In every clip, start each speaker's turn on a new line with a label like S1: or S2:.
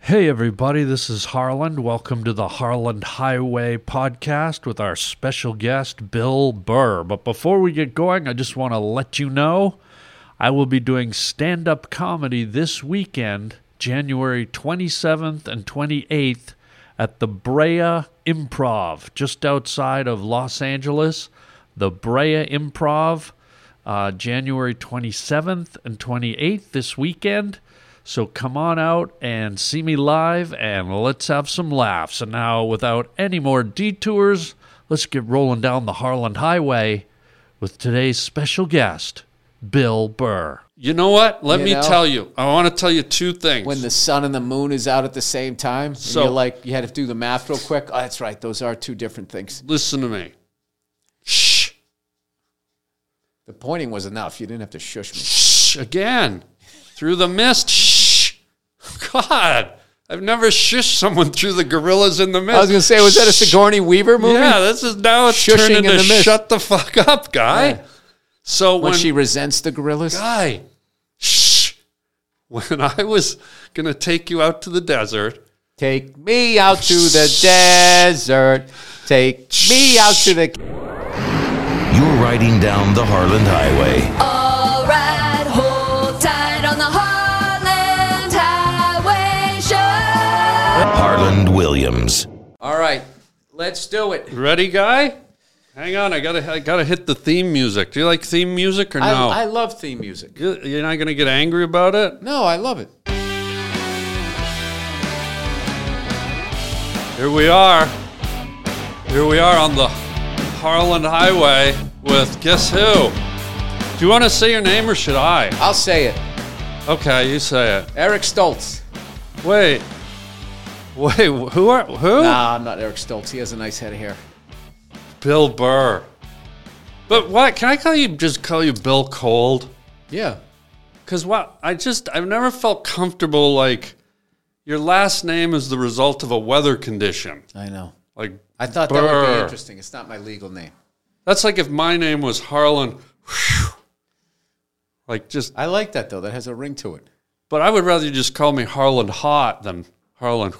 S1: Hey, everybody, this is Harland. Welcome to the Harland Highway podcast with our special guest, Bill Burr. But before we get going, I just want to let you know I will be doing stand up comedy this weekend, January 27th and 28th, at the Brea Improv, just outside of Los Angeles. The Brea Improv, uh, January 27th and 28th this weekend. So come on out and see me live and let's have some laughs. And now, without any more detours, let's get rolling down the Harland Highway with today's special guest, Bill Burr. You know what? Let
S2: You
S1: me
S2: know?
S1: tell you. I want to tell you two things.
S2: when the sun and the moon is out at the same time. and
S1: So-
S2: you're like, you had to do the math real quick. Oh, that's right. Those are two different things.
S1: Listen to me. Shh.
S2: The pointing was enough. You didn't have to shush me.
S1: Shh. Again. Through the mist. Shh. God. I've never shushed someone through the gorillas in the mist.
S2: I was going to say, was that a Sigourney Weaver movie?
S1: Yeah, this is now it's
S2: Shushing
S1: turning
S2: in
S1: to
S2: the mist.
S1: shut the fuck up, guy. So when,
S2: When she resents the gorillas?
S1: guy, shh, when I was gonna take you out to the desert,
S2: Take me out to the desert. Take me out to the.
S3: You're riding down the Harland Highway.
S4: All right, hold tight on the Heartland Highway Show.
S3: Harland Williams.
S2: All right, let's do it.
S1: ready, guy? Hang on, I gotta I gotta hit the theme music. Do you like theme music or
S2: I,
S1: no?
S2: I love theme music.
S1: You- You're not gonna get angry about it.
S2: No, I love it.
S1: Here we are. Here we are on the Harland Highway with guess who? Do you want to say your name or should I?
S2: I'll say it.
S1: Okay, you say it.
S2: Eric Stoltz.
S1: Wait. Wait, who are who?
S2: Nah, I'm not Eric Stoltz. He has a nice head of hair.
S1: Bill Burr. But what? Can I call you just call you Bill Cold?
S2: Yeah.
S1: Cuz what? I just I've never felt comfortable like your last name is the result of a weather condition.
S2: I know.
S1: Like
S2: I thought that would be
S1: Burr.
S2: interesting. It's not my legal name.
S1: That's like if my name was Harlan. Like just
S2: I like that though. That has a ring to it.
S1: but I would rather you just call me Harlan Hot than Harlan.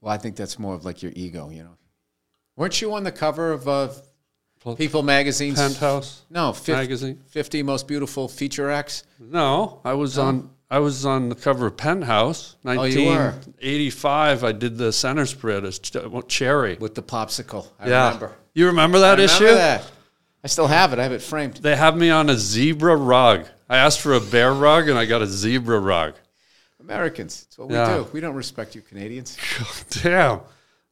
S2: Well, I think that's more of like your ego, you know. Weren't you on the cover of uh, People magazine's
S1: Penthouse.
S2: No, 50,
S1: magazine?
S2: Fifty most beautiful feature acts.
S1: No, I was on I was on the cover of Penthouse,
S2: Oh, you were.
S1: 1985. I did the center spread as Ch- well, Cherry.
S2: with the popsicle. I
S1: yeah,
S2: remember.
S1: you remember that
S2: I
S1: issue?
S2: remember that. I still have it. I have it framed.
S1: They have me on a zebra rug. I asked for a bear rug, and I got a zebra rug.
S2: Americans. It's what
S1: Yeah.
S2: we do. We don't respect you, Canadians.
S1: Damn.
S2: Are you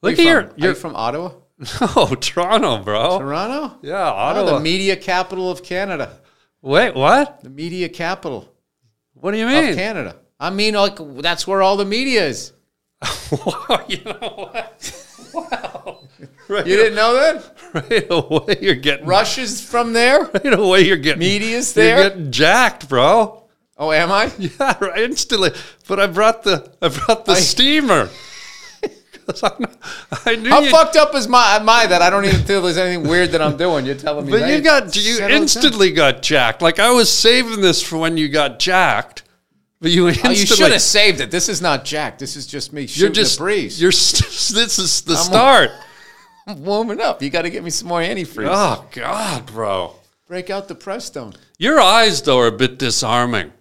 S1: Look
S2: from,
S1: here,
S2: You're
S1: you're
S2: you from Ottawa,
S1: no Oh, Toronto, bro.
S2: Toronto.
S1: Yeah,
S2: Oh,
S1: Ottawa.
S2: the media capital of Canada.
S1: Wait, what?
S2: The media capital
S1: What do you
S2: of
S1: mean?
S2: Canada. I mean, like that's where all the media is.
S1: Wow, you know what? Wow. Right,
S2: You didn't know that?
S1: right away, you're getting
S2: Russia's from there.
S1: right away. You're getting
S2: Media's
S1: You're
S2: there.
S1: getting jacked, bro.
S2: Oh, am I?
S1: Yeah, right, instantly. But I brought the I brought the
S2: I-
S1: steamer. 'Cause I'm not- I knew
S2: How
S1: you.
S2: fucked up is my am I that I don't even feel there's anything weird that I'm doing? You're telling me.
S1: but
S2: right?
S1: you got you
S2: Settle it down.
S1: instantly got jacked. Like I was saving this for when you got jacked. But you
S2: Oh,
S1: instantly.
S2: you should have saved it. This is not Jack. This is just me
S1: You're
S2: shooting
S1: just
S2: the breeze.
S1: You're st- this is the start.
S2: I'm warming up. You got to get me some more antifreeze.
S1: Oh God, bro.
S2: Break out the Prestone.
S1: Your eyes though are a bit disarming.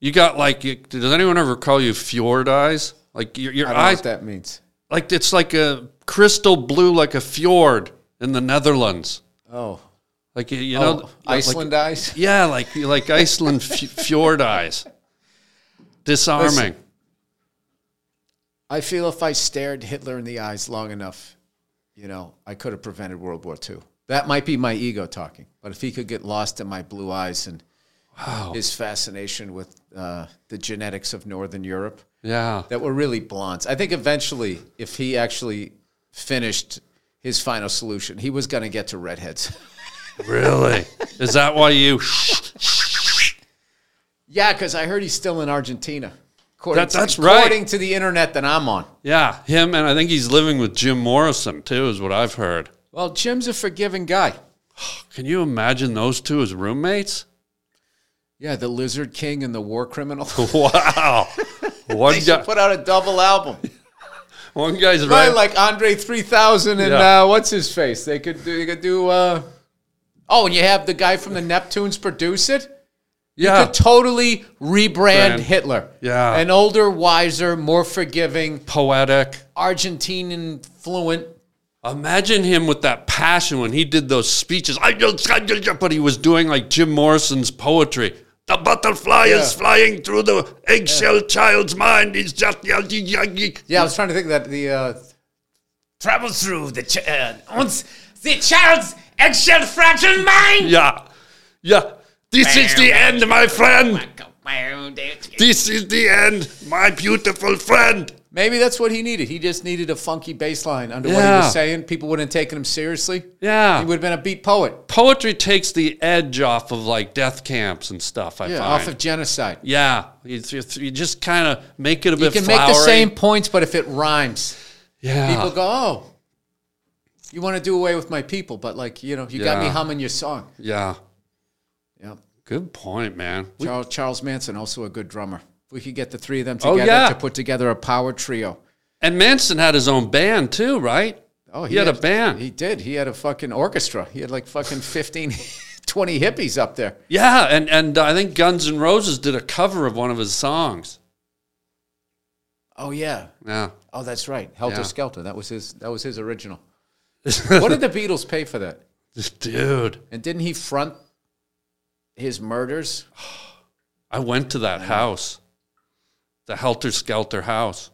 S1: You got like you, does anyone ever call you fjord eyes? Like your, your
S2: I don't know
S1: eyes
S2: what that means.
S1: like it's like a crystal blue, like a fjord in the Netherlands.
S2: Oh,
S1: Like you, you
S2: oh
S1: know,
S2: Iceland
S1: Like,
S2: eyes.
S1: yeah, like like Iceland f- fjord eyes. Disarming.
S2: Listen. I feel if I stared Hitler in the eyes long enough, you know, I could have prevented World War II. That might be my ego talking, but if he could get lost in my blue eyes and his fascination with uh, the genetics of Northern Europe.
S1: Yeah.
S2: that were really blondes. I think eventually, if he actually finished his final solution, he was going to get to redheads.
S1: Really? Is that why you?
S2: yeah, because I heard he's still in Argentina. According
S1: That-
S2: to-
S1: that's right.
S2: According to the internet that I'm on.
S1: Yeah, him, and I think he's living with Jim Morrison too, is what I've heard.
S2: Well, Jim's a forgiving guy.
S1: Can you imagine those two as roommates?
S2: Yeah, the Lizard King and the War Criminal.
S5: Wow.
S2: they
S5: One guy,
S2: should put out a double album,
S5: one guy's
S2: right?
S5: right.
S2: Like Andre three thousand and
S5: Yeah.
S2: uh, what's his face? They could do. They could do. Uh, oh, and you have the guy from the Neptunes produce it.
S5: yeah.
S2: Could totally rebrand
S5: Brand.
S2: Hitler.
S5: Yeah.
S2: an older, wiser, more forgiving,
S5: Poetic.
S2: Argentinian fluent.
S5: Imagine him with that passion when he did those speeches. I just, I just- but he was doing like Jim Morrison's poetry. The butterfly is
S2: Yeah.
S5: flying through the eggshell child's mind. He's just
S2: Yeah, I was trying to think of that the uh,
S6: travels through the ch- uh, uns- the child's eggshell fragile mind.
S5: yeah, yeah. This is the end, my friend. This is the end, my beautiful friend.
S2: Maybe that's what he needed. He just needed a funky bass line under what he
S5: Yeah.
S2: was saying. People wouldn't have taken him seriously.
S5: Yeah.
S2: He would have been a beat poet.
S5: Poetry takes the edge off of like death camps and stuff. I
S2: Yeah,
S5: find.
S2: off of genocide.
S5: yeah, you, you just kind of make it a
S2: You
S5: bit.
S2: can make the
S5: flowery.
S2: same points, but if it rhymes,
S5: Yeah.
S2: people go, oh, you want to do away with my people, but like, you know, you got me
S5: Yeah.
S2: humming your song.
S5: yeah.
S2: Yeah.
S5: Good point, man. We-
S2: Charles, Charles Manson, also a good drummer. If we could get the three of them together
S5: Oh, yeah.
S2: to put together a power trio.
S5: and Manson had his own band too, right?
S2: Oh,
S5: He had a band.
S2: He did. He had a fucking orchestra. He had like fucking 15, 20 hippies up there.
S5: Yeah, and and I think Guns N' Roses did a cover of one of his songs.
S2: Oh, yeah.
S5: Yeah.
S2: Oh, that's right. Helter
S5: Yeah.
S2: Skelter. That was his. That was his original. what did the Beatles pay for that?
S5: Dude,
S2: And didn't he front his murders?
S5: I went to that house. The Helter Skelter house.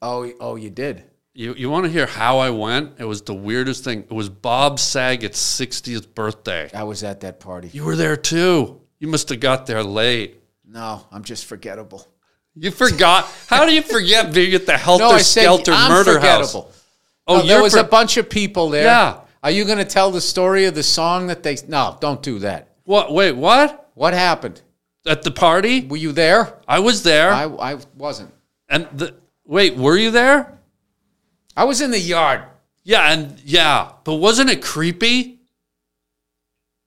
S2: Oh, y- oh, you did.
S5: You you want to hear how I went? It was the weirdest thing. It was Bob Saget's 60th birthday.
S2: I was at that party.
S5: You were there too. You must have got there late.
S2: No, I'm just forgettable.
S5: You forgot. How do you forget being at the Helter
S2: No, I said
S5: Skelter
S2: I'm
S5: murder house?
S2: forgettable.
S5: Oh,
S2: no,
S5: you're
S2: there was
S5: for-
S2: a bunch of people there.
S5: Yeah.
S2: Are you going to tell the story of the song that they? No, don't do that.
S5: What? Wait, what?
S2: What happened?
S5: At the party?
S2: Were you there?
S5: I was there.
S2: I, I wasn't.
S5: and the, wait, were you there?
S2: I was in the yard.
S5: Yeah, and yeah, but wasn't it creepy?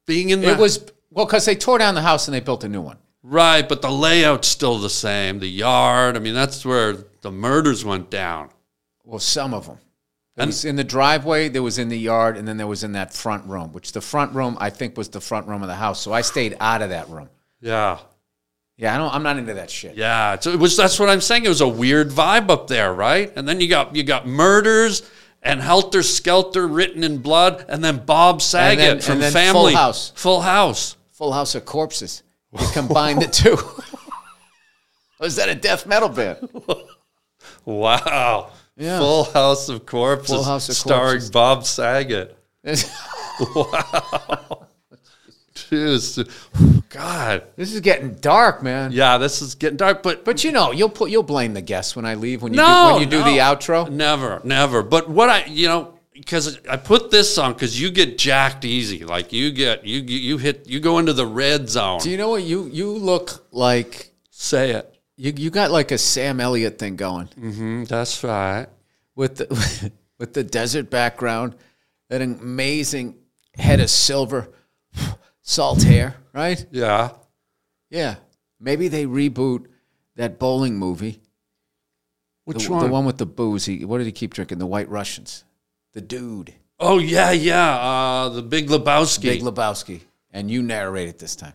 S5: Being in the
S2: It was well because they tore down the house and they built a new one.
S5: right, but the layout's still the same. The yard. I mean, that's where the murders went down.
S2: Well, some of them. It
S5: And-
S2: was in the driveway, there was in the yard, and then there was in that front room, which the front room I think was the front room of the house. So I stayed out of that room.
S5: Yeah,
S2: Yeah, I don't. I'm not into that shit.
S5: yeah. So it was. That's what I'm saying. It was a weird vibe up there, right? And then you got you got murders and helter skelter written in blood, and then Bob Saget
S2: then-
S5: from
S2: and then Full
S5: Family
S2: House.
S5: Full House.
S2: Full House of Corpses. You combine the two. was that a death metal band?
S5: Wow.
S2: Yeah.
S5: Full House of Corpses,
S2: Full House of
S5: starring
S2: Corpses.
S5: Bob Saget.
S2: this
S5: Jeez. God.
S2: is getting dark, man.
S5: Yeah, this is getting dark, but,
S2: But you know, you'll put you'll blame the guests when I leave when you
S5: no,
S2: do, when you do
S5: no.
S2: the outro.
S5: Never, never. But what I, you know, because I put this on because you get jacked easy. Like you get you you you hit you go into the red zone.
S2: Do you know what you you look like?
S5: Say it.
S2: You you got like a Sam Elliott thing going.
S5: Mm, That's right.
S2: with the with the desert background, that amazing head of silver, salt hair, right?
S5: Yeah.
S2: Yeah. Maybe they reboot that bowling movie.
S5: Which
S2: the,
S5: one?
S2: The one with the booze. He, what did he keep drinking? The White Russians. The dude.
S5: Oh yeah, yeah. Uh, the Big Lebowski.
S2: Big Lebowski. And you narrate it this time.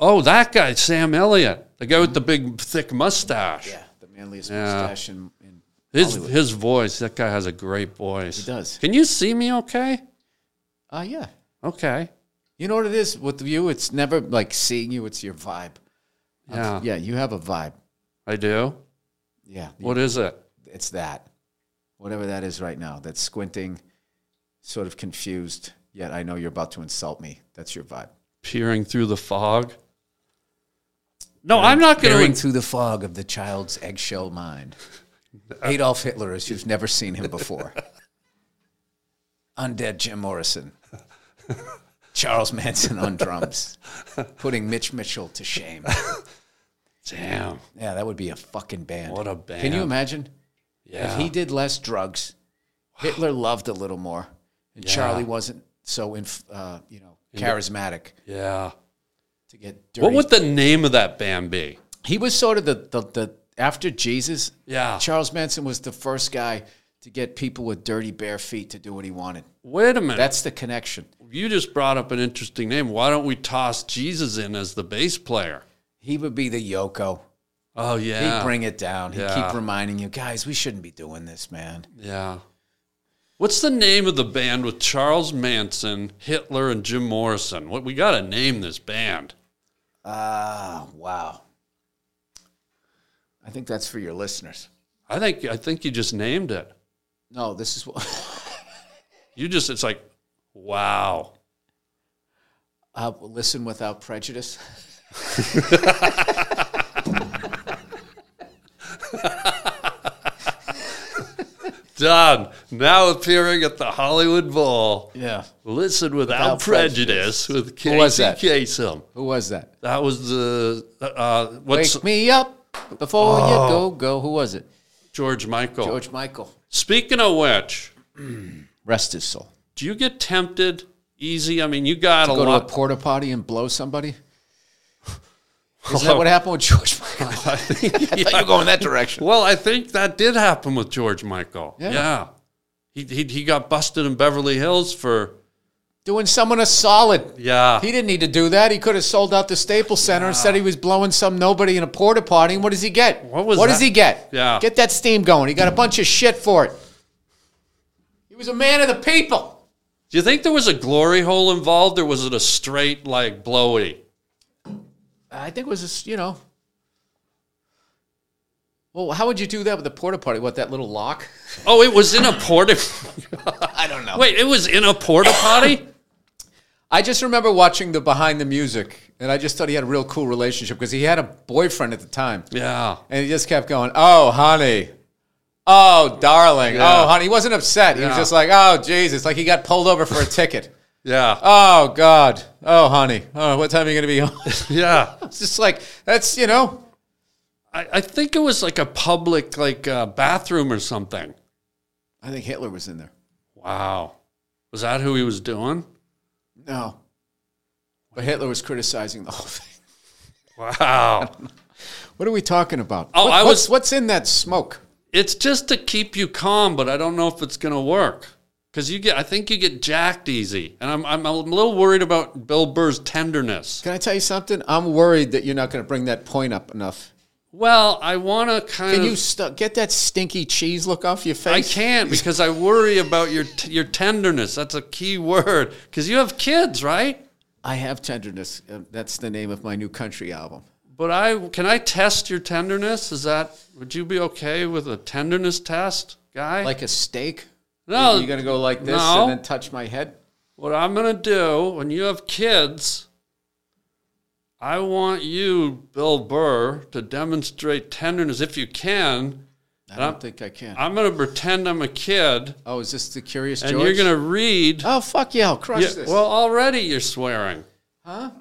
S5: oh, that guy, Sam Elliott, the guy with the big thick mustache.
S2: Yeah. The manliest mustache in, in
S5: His his voice. That guy has a great voice. He
S2: does.
S5: Can you see me? Okay.
S2: uh, yeah.
S5: Okay.
S2: You know what it is with you? It's never like seeing you, it's your vibe.
S5: Yeah.
S2: Yeah, you have a vibe.
S5: I do.
S2: Yeah.
S5: What is it?
S2: it's that whatever that is right now that's squinting sort of confused yet i know you're about to insult me that's your vibe
S5: peering through the fog. No, I'm not going
S2: peering
S5: to.
S2: through the fog of the child's eggshell mind adolf hitler as you've never seen him before undead jim morrison charles manson on drums putting mitch mitchell to shame
S5: Damn.
S2: yeah that would be a fucking band
S5: What a
S2: can
S5: band.
S2: you imagine
S5: Yeah.
S2: If he did less drugs, Hitler loved a little more, and Charlie wasn't so inf- uh, you know charismatic.
S5: yeah.
S2: to get dirty.
S5: What would the name of that band be?
S2: he was sort of the, the, the after Jesus.
S5: Yeah.
S2: Charles Manson was the first guy to get people with dirty bare feet to do what he wanted.
S5: Wait a minute.
S2: That's the connection.
S5: you just brought up an interesting name. Why don't we toss Jesus in as the bass player?
S2: He would be the Yoko.
S5: Oh yeah,
S2: He'd bring it down. He'd
S5: Yeah.
S2: keep reminding you, guys, we shouldn't be doing this, man.
S5: yeah. What's the name of the band with Charles Manson, Hitler, and Jim Morrison? What we got to name this band?
S2: Ah, wow. I think that's for your listeners.
S5: I think I think you just named it.
S2: No, this is what.
S5: You just it's like, wow.
S2: Uh, listen without prejudice.
S5: Done. Now appearing at the Hollywood Bowl.
S2: Yeah.
S5: Listen without,
S2: Without
S5: prejudice,
S2: Prejudice.
S5: with Casey
S2: Who was that?
S5: Kasem.
S2: Who was that?
S5: That was the uh, what's
S2: Wake me up before you
S5: Oh.
S2: go, go. Who was it?
S5: George Michael.
S2: George Michael.
S5: Speaking of which,
S2: Rest his soul.
S5: do you get tempted easy? I mean, you got a
S2: Go to a
S5: lot.
S2: porta potty and blow somebody? Isn't that what happened with George Michael?
S5: I think-
S2: I thought you were going that direction.
S5: Well, I think that did happen with George Michael. Yeah.
S2: Yeah.
S5: He, he, he got busted in Beverly Hills for,
S2: Doing someone a solid.
S5: yeah.
S2: He didn't need to do that. He could have sold out the Staples Center and said he was blowing some nobody in a porta potty. And what does he get?
S5: What was
S2: does
S5: that?
S2: he get?
S5: Yeah.
S2: Get that steam going. He got a bunch of shit for it. He was a man of the people.
S5: do you think there was a glory hole involved or was it a straight, like, blowy?
S2: I think it was just, you know. Well, how would you do that with a porta potty? What, that little lock?
S5: Oh, it was in a porta.
S2: I don't know.
S5: Wait, it was in a porta potty?
S2: I just remember watching the behind the music, and I just thought he had a real cool relationship because he had a boyfriend at the time,
S5: Yeah.
S2: and he just kept going, "Oh, honey." Oh, darling.
S5: Yeah.
S2: Oh, honey. He wasn't upset. He was
S5: Yeah.
S2: just like, oh, Jesus. Like he got pulled over for a ticket.
S5: Yeah. Uh,
S2: Oh, God. Oh, honey. Oh, what time are you going to be home?
S5: yeah.
S2: it's just like, that's, you know,
S5: I, I think it was like a public, like, uh, bathroom or something.
S2: I think Hitler was in there.
S5: Wow. Was that who he was doing?
S2: No. But Hitler was criticizing the whole thing.
S5: Wow.
S2: What are we talking about?
S5: Oh,
S2: What-
S5: I
S2: what's-
S5: was-
S2: what's in that smoke?
S5: it's just to keep you calm, but I don't know if it's going to work because you get. I think you get jacked easy, and I'm I'm a little worried about Bill Burr's tenderness.
S2: Can I tell you something? I'm worried that you're not going to bring that point up enough.
S5: Well, I want to kind
S2: Can
S5: of.
S2: you stu get that stinky cheese look off your
S5: I
S2: face?
S5: can't because I worry about your t- your tenderness. That's a key word because you have kids, right?
S2: I have tenderness. Uh, That's the name of my new country album.
S5: But I can I test your tenderness? Is that would you be okay with a tenderness test, guy?
S2: Like a steak?
S5: no,
S2: You're going to go like this
S5: No.
S2: and then touch my head?
S5: What I'm going to do when you have kids, I want you, Bill Burr, to demonstrate tenderness if you can.
S2: I don't think I can.
S5: Uh, I'm going to pretend I'm a kid
S2: oh, is this the Curious
S5: and
S2: George?
S5: you're going to read.
S2: Oh, fuck yeah. I'll crush
S5: Yeah,
S2: this.
S5: well, already you're swearing. Huh?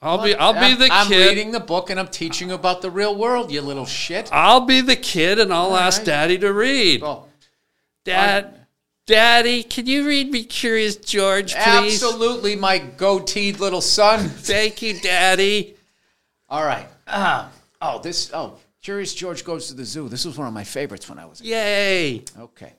S5: I'll be I'll be
S2: I'm-
S5: the
S2: I'm
S5: kid.
S2: reading the book and I'm teaching about the real world, you little shit.
S5: I'll be the kid and I'll ask
S2: right.
S5: daddy to read.
S2: Oh,
S5: Dad Daddy, can you read me Curious George, please?
S2: absolutely, my goateed little son.
S5: Thank you, Daddy.
S2: All right. Ah. oh, this. Oh, Curious George goes to the zoo. This was one of my favorites when I was. a kid.
S5: Yay.
S2: Okay.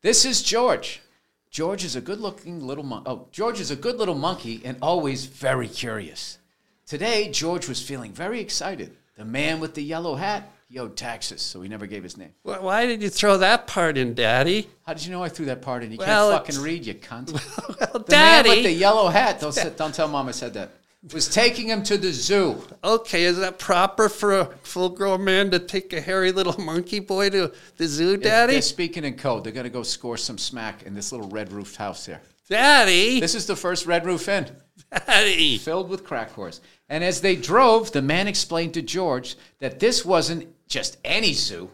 S2: This is George. George is a good-looking little monkey. Oh, George is a good little monkey and always very curious. Today, George was feeling very excited. The man with the yellow hat. He owed taxes, so he never gave his name.
S5: Wh- Why did you throw that part in, Daddy?
S2: How did you know I threw that part in? You
S5: Well,
S2: can't fucking
S5: it's-
S2: read, you cunt.
S5: Well,
S2: the man
S5: Daddy.
S2: with the yellow hat. Don't, sit, don't tell mom I said that. Was taking him to the zoo.
S5: okay, is that proper for a full-grown man to take a hairy little monkey boy to the zoo, Daddy?
S2: They're speaking in code. They're going to go score some smack in this little red roofed house here.
S5: Daddy,
S2: This is the first Red Roof Inn,
S5: Daddy.
S2: filled with crack whores. And as they drove, the man explained to George that this wasn't just any zoo.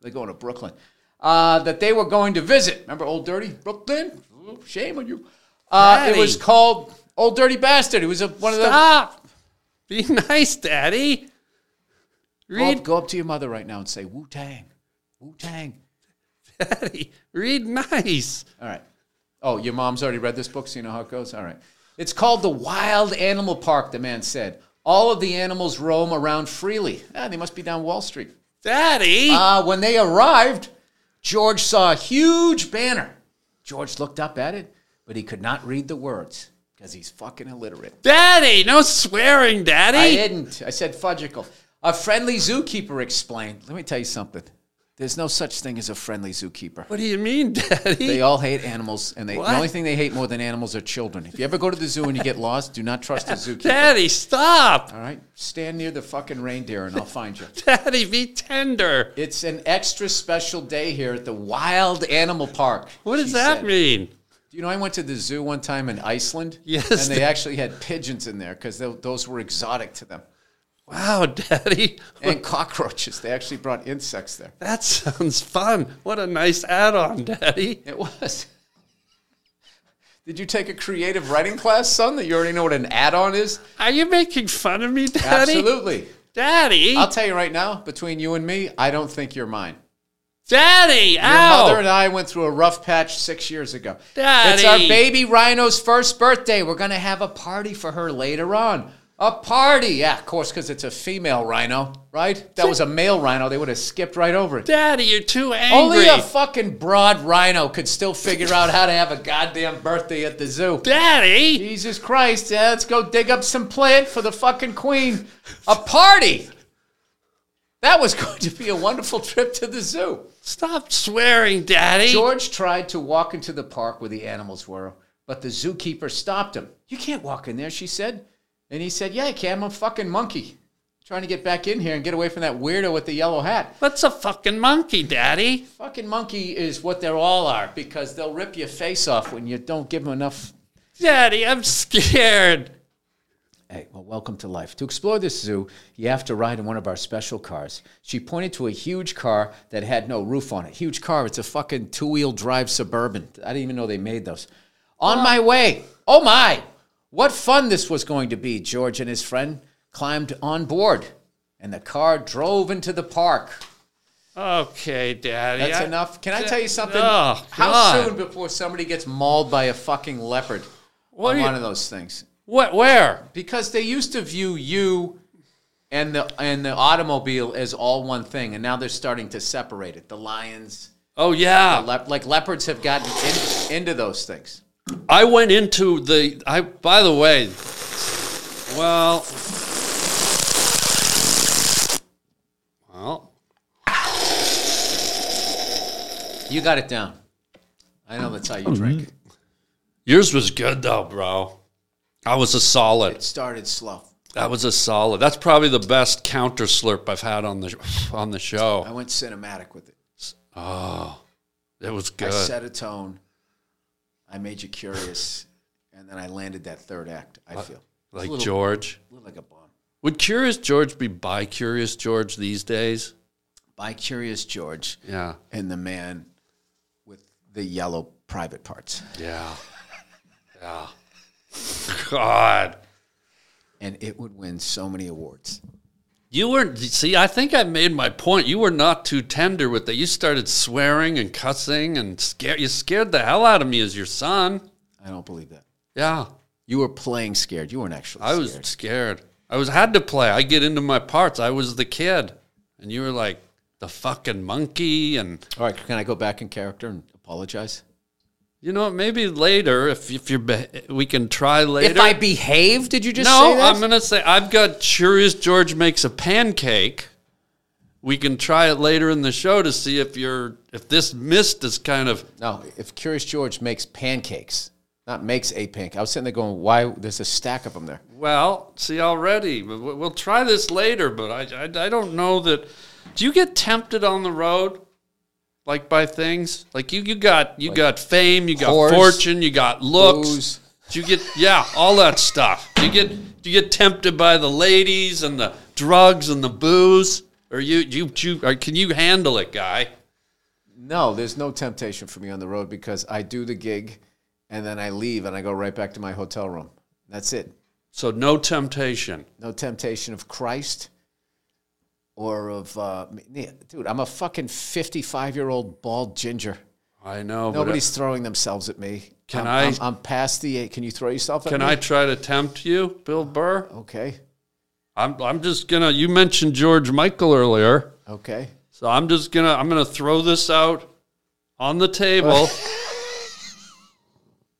S2: They're going to Brooklyn. Uh, that they were going to visit. Remember Old Dirty Brooklyn? Ooh, Shame on you. Uh, it
S5: Daddy.
S2: was called Old Dirty Bastard. It was a, one
S5: Stop. Be nice, Daddy.
S2: of the. Go up,
S5: Read,
S2: go up to your mother right now and say Wu Tang, Wu Tang.
S5: Daddy. Read nice.
S2: All right. Oh, your mom's already read this book, so you know how it goes? All right. It's called The Wild Animal Park, the man said. All of the animals roam around freely. Ah, they must be down Wall Street.
S5: Daddy!
S2: Uh, when they arrived, George saw a huge banner. George looked up at it, but he could not read the words because he's fucking illiterate.
S5: Daddy! No swearing, Daddy!
S2: I didn't. I said fudgicle. A friendly zookeeper explained. Let me tell you something. There's no such thing as a friendly zookeeper.
S5: what do you mean, Daddy?
S2: They all hate animals, and they,
S5: What?
S2: the only thing they hate more than animals are children. If you ever go to the zoo and you get lost, do not trust a zookeeper.
S5: Daddy, stop!
S2: All right, stand near the fucking reindeer, and I'll find you.
S5: Daddy, be tender.
S2: It's an extra special day here at the Wild Animal Park.
S5: What does
S2: she
S5: that
S2: said.
S5: mean?
S2: You know, I went to the zoo one time in Iceland.
S5: Yes.
S2: And they actually had pigeons in there because those were exotic to them.
S5: Wow, Daddy.
S2: And cockroaches. They actually brought insects there.
S5: That sounds fun. What a nice add on, Daddy.
S2: It was. Did you take a creative writing class, son, that you already know what an add on is?
S5: Are you making fun of me, Daddy?
S2: Absolutely.
S5: Daddy!
S2: I'll tell you right now, between you and me, I don't think you're mine.
S5: Daddy!
S2: Your
S5: ow!
S2: mother and I went through a rough patch six years ago. It's
S5: Daddy.
S2: our baby Rhino's first birthday. We're going to have a party for her later on. A party. Yeah, of course, because it's a female rhino, right? If That was a male rhino. They would have skipped right over it.
S5: Daddy, you're too angry.
S2: Only a fucking broad rhino could still figure out how to have a goddamn birthday at the zoo.
S5: Daddy!
S2: Jesus Christ, yeah, let's go dig up some plant for the fucking queen. A party. That was going to be a wonderful trip to the zoo.
S5: Stop swearing, Daddy.
S2: George tried to walk into the park where the animals were, but the zookeeper stopped him. You can't walk in there, she said. And he said, Yeah, I can. I'm a fucking monkey. Trying to get back in here and get away from that weirdo with the yellow hat.
S5: What's a fucking monkey, Daddy?
S2: Fucking monkey is what they all are because they'll rip your face off when you don't give them enough
S5: Daddy, I'm scared.
S2: Hey, well, welcome to life. To explore this zoo, you have to ride in one of our special cars. She pointed to a huge car that had no roof on it. Huge car. It's a fucking two wheel drive suburban. I didn't even know they made those. On my way. Oh my. What fun this was going to be. George and his friend climbed on board, and the car drove into the park.
S5: Okay, Daddy.
S2: That's
S5: I-
S2: enough. Can I
S5: Da-
S2: tell you something?
S5: Oh,
S2: How
S5: God.
S2: soon before somebody gets mauled by a fucking leopard
S5: What
S2: on
S5: are you-
S2: one of those things?
S5: What? Where?
S2: because they used to view you and the and the automobile as all one thing, and now they're starting to separate it. The lions,
S5: Oh yeah,
S2: lep- like leopards, have gotten in, into those things.
S5: I went into the. I. By the way, well, well,
S2: You got it down. I know that's how you drink.
S5: yours was good though, bro. I was a solid.
S2: It started slow.
S5: That was a solid. That's probably the best counter slurp I've had on the on the
S2: I
S5: show. Oh,
S2: went cinematic with it.
S5: It was
S2: I
S5: good.
S2: set a tone. I made you curious, and then I landed that third act. I feel
S5: like George.
S2: like a bomb.
S5: Would Curious George be bi Curious George these days?
S2: By Curious George
S5: Yeah.
S2: and the man with the yellow private parts.
S5: Yeah. Yeah. God.
S2: and it would win so many awards.
S5: You were see, I think I made my point. You were not too tender with that. You started swearing and cussing and scared you scared the hell out of me as your son.
S2: I don't believe that.
S5: Yeah.
S2: You were playing scared. You weren't actually
S5: I was
S2: scared.
S5: scared. I was had to play. I get into my parts. I was the kid. And you were like the fucking monkey and
S2: All right, can I go back in character and apologize?
S5: you know maybe later if if you're beh- we can try later.
S2: behave, did you just
S5: no, I'm gonna say I've got Curious George makes a pancake. We can try it later in the show to see if you're if this mist is kind of
S2: no, if Curious George makes pancakes, not makes a pancake. I was sitting there going, why? There's a stack of them there.
S5: well. See already, but we- we'll try this later. But I, I I don't know that. Do you get tempted on the road, like by things like you you got you got fame, you got
S2: Whores,
S5: fortune, you got looks.
S2: booze.
S5: Do you get yeah all that stuff? Do you get do you get tempted by the ladies and the drugs and the booze? Or you you you or can you handle it, guy?
S2: No, there's no temptation for me on the road because I do the gig and then I leave and I go right back to my hotel room. That's it.
S5: So no temptation.
S2: no temptation of Christ or of uh, m- yeah, dude. I'm a fucking 55 year old bald ginger.
S5: I know. but uh,
S2: Nobody's throwing themselves at me.
S5: Can
S2: I'm,
S5: I-
S2: I'm, I'm past the. Can you throw yourself at
S5: Can
S2: me?
S5: I try to tempt you, Bill Burr?
S2: Okay.
S5: I'm I'm just gonna. You mentioned George Michael earlier,
S2: Okay.
S5: so I'm just gonna I'm gonna throw this out on the table.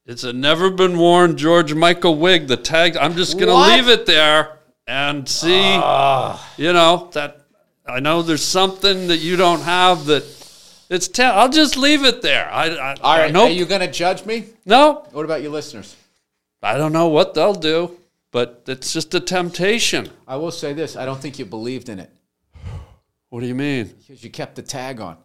S5: it's a never been worn George Michael wig. The tag. I'm just gonna
S2: What? Ah.
S5: leave it there and see. you know that I know there's something that you don't have that. It's tell. I'll just leave it there. I, I,
S2: All right.
S5: nope.
S2: Are you going to judge me?
S5: no,
S2: What about your listeners?
S5: I don't know what they'll do, but it's just a temptation.
S2: I will say this I don't think you believed in it
S5: What do you mean?
S2: because you kept the tag on.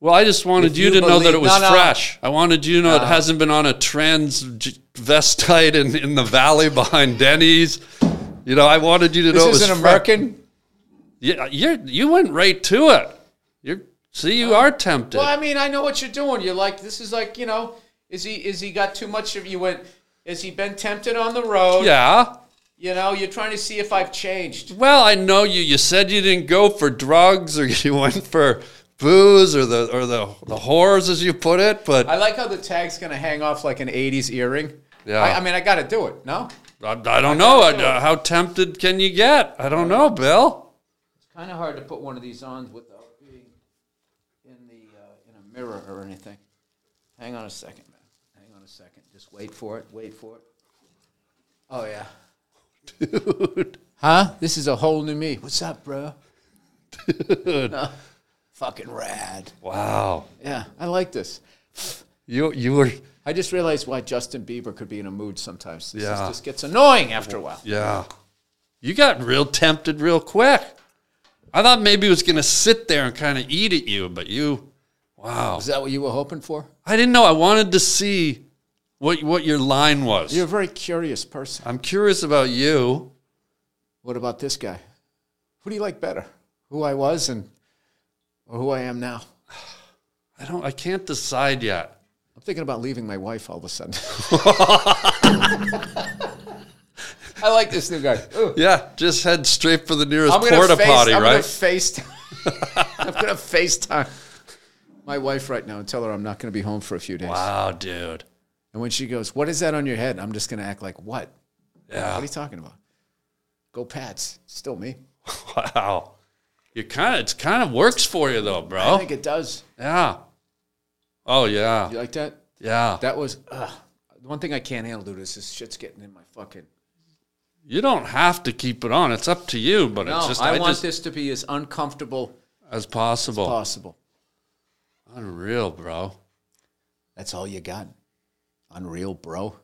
S5: Well, I just wanted
S2: If
S5: you,
S2: you
S5: to know that
S2: believe-
S5: it was
S2: no, no. Uh.
S5: fresh. I wanted you to know it hasn't been on a transvestite in, in the valley behind Denny's. You know, I wanted you to know
S2: This
S5: it was
S2: isn't
S5: fresh.
S2: American.
S5: Yeah, you're, you went right to it. You're see, you are tempted.
S2: Uh, Well, I mean, I know what you're doing. You're like, this is like, you know, is he is he got too much of you went? Has he been tempted on the road?
S5: Yeah.
S2: You know, you're trying to see if I've changed.
S5: Well, I know you. You said you didn't go for drugs, or you went for booze, or the or the the whores, as you put it. But
S2: I like how the tag's gonna hang off like an '80s earring.
S5: Yeah.
S2: I, I mean, I got to do it. No,
S5: I, I don't know. I, uh, how tempted can you get? I don't know, Bill.
S2: kind of hard to put one of these on without being in the uh, in a mirror or anything. Hang on a second, man. Hang on a second. Just wait for it. Wait for it. Oh yeah,
S5: Dude.
S2: huh? This is a whole new me. What's up, bro?
S5: Dude.
S2: Fucking rad.
S5: Wow.
S2: Yeah, I like this.
S5: You you were
S2: I just realized why Justin Bieber could be in a mood sometimes. This is-
S5: Yeah. Oh.
S2: just gets annoying after a while.
S5: yeah. You got real tempted real quick. I thought maybe it was gonna sit there and kind of eat at you, but you wow.
S2: Is that what you were hoping for?
S5: I didn't know. I wanted to see what what your line was.
S2: You're a very curious person.
S5: I'm curious about you.
S2: What about this guy? Who do you like better? Who I was and or who I am now?
S5: I don't I can't decide yet.
S2: I'm thinking about leaving my wife all of a sudden. I like this new guy. Ooh.
S5: Yeah, just head straight for the nearest
S2: I'm gonna
S5: porta
S2: face,
S5: potty,
S2: I'm Gonna
S5: right?
S2: face, I'm gonna FaceTime my wife right now and tell her I'm not gonna be home for a few days.
S5: Wow, dude.
S2: And when she goes, "What is that on your head?" I'm just gonna act like, "What? What are
S5: Yeah.
S2: you talking about? Go Pats. Still me.
S5: Wow. You kind of it's kind of works for you though,
S2: I
S5: bro.
S2: think it does.
S5: Yeah. Oh yeah.
S2: You like that?
S5: Yeah.
S2: That was ugh. The one thing I can't handle, dude. Is this shit's getting in my fucking.
S5: You don't have to keep it on. It's up to you, but it's just I, just,
S2: this to be as uncomfortable
S5: as possible.
S2: possible.
S5: Unreal, bro.
S2: That's all you got. Unreal, bro.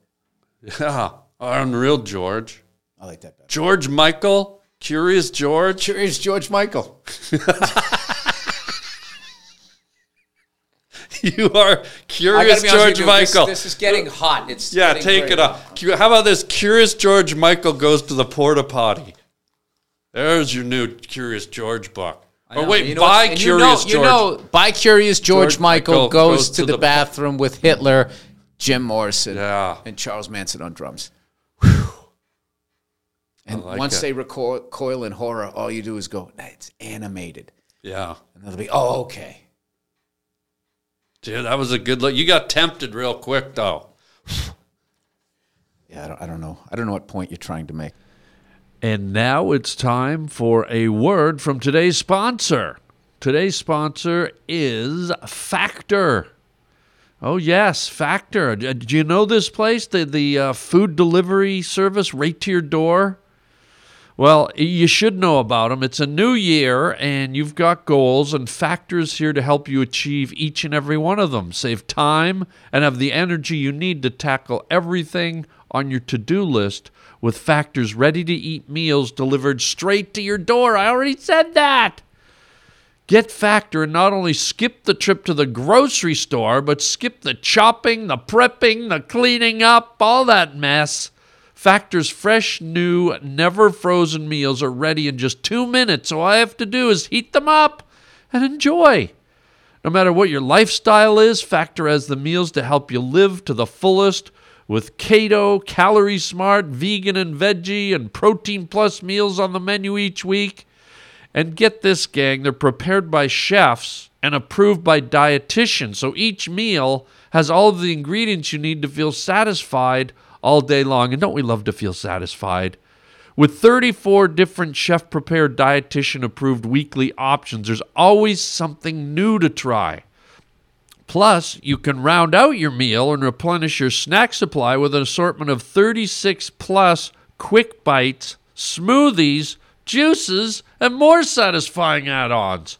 S5: Yeah. Unreal, George.
S2: I like that better.
S5: George Michael, Curious George.
S2: Curious George Michael.
S5: You are Curious George Michael.
S2: is getting hot. It's
S5: yeah, take it off. Cu- How about this? Curious George Michael goes to the porta potty. There's your new Curious George book. Or wait, buy Curious
S2: You
S5: George.
S2: know, by Curious George,
S5: George
S2: Michael,
S5: Michael
S2: goes, to, the,
S5: po-
S2: bathroom with Hitler, Jim Morrison,
S5: Yeah.
S2: and Charles Manson on drums. And
S5: like
S2: once
S5: it.
S2: they recoil coil in horror, all you do is go, "Nah, it's animated.
S5: Yeah.
S2: And they'll be, oh, okay.
S5: Dude, that was a good look. You got tempted real quick, though.
S2: Yeah, I don't, I don't know. I don't know what point you're trying to make.
S1: And now it's time for a word from today's sponsor. Today's sponsor is Factor. Oh yes, Factor. Uh, D- Do you know this place? The the uh, food delivery service right to your door. Well, y- you should know about them. It's a new year, and you've got goals, and Factor's here to help you achieve each and every one of them. Save time and have the energy you need to tackle everything on your to do list with Factor's ready to eat meals delivered straight to your door. I already said that. Get Factor and not only skip the trip to the grocery store, but skip the chopping, the prepping, the cleaning up, all that mess. Factor's fresh, new, never frozen meals are ready in just two minutes, so all I have to do is heat them up and enjoy. No matter what your lifestyle is, Factor has the meals to help you live to the fullest with keto, calorie smart, vegan and veggie, and protein plus meals on the menu each week. And get this, gang, they're prepared by chefs and approved by dietitians. So each meal has all of the ingredients you need to feel satisfied all day long. And don't we love to feel satisfied? With 34 different chef prepared dietitian approved weekly options, there's always something new to try. Plus, you can round out your meal and replenish your snack supply with an assortment of 36 plus quick bites, smoothies, juices, and more satisfying add ons.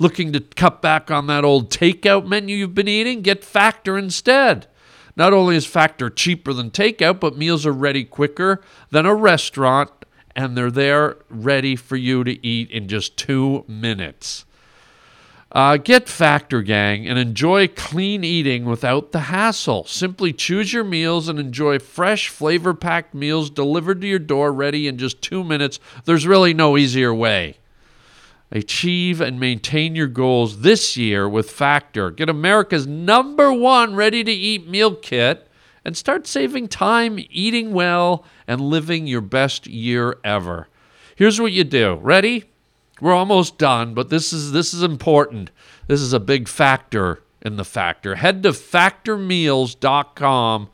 S1: Looking to cut back on that old takeout menu you've been eating? Get Factor instead. Not only is Factor cheaper than takeout, but meals are ready quicker than a restaurant, and they're there ready for you to eat in just two minutes. Uh, get Factor Gang and enjoy clean eating without the hassle. Simply choose your meals and enjoy fresh, flavor packed meals delivered to your door ready in just two minutes. There's really no easier way. Achieve and maintain your goals this year with Factor. Get America's number one ready to eat meal kit and start saving time, eating well, and living your best year ever. Here's what you do. Ready? We're almost done, but this is this is important. This is a big factor in the factor. Head to factormeals.com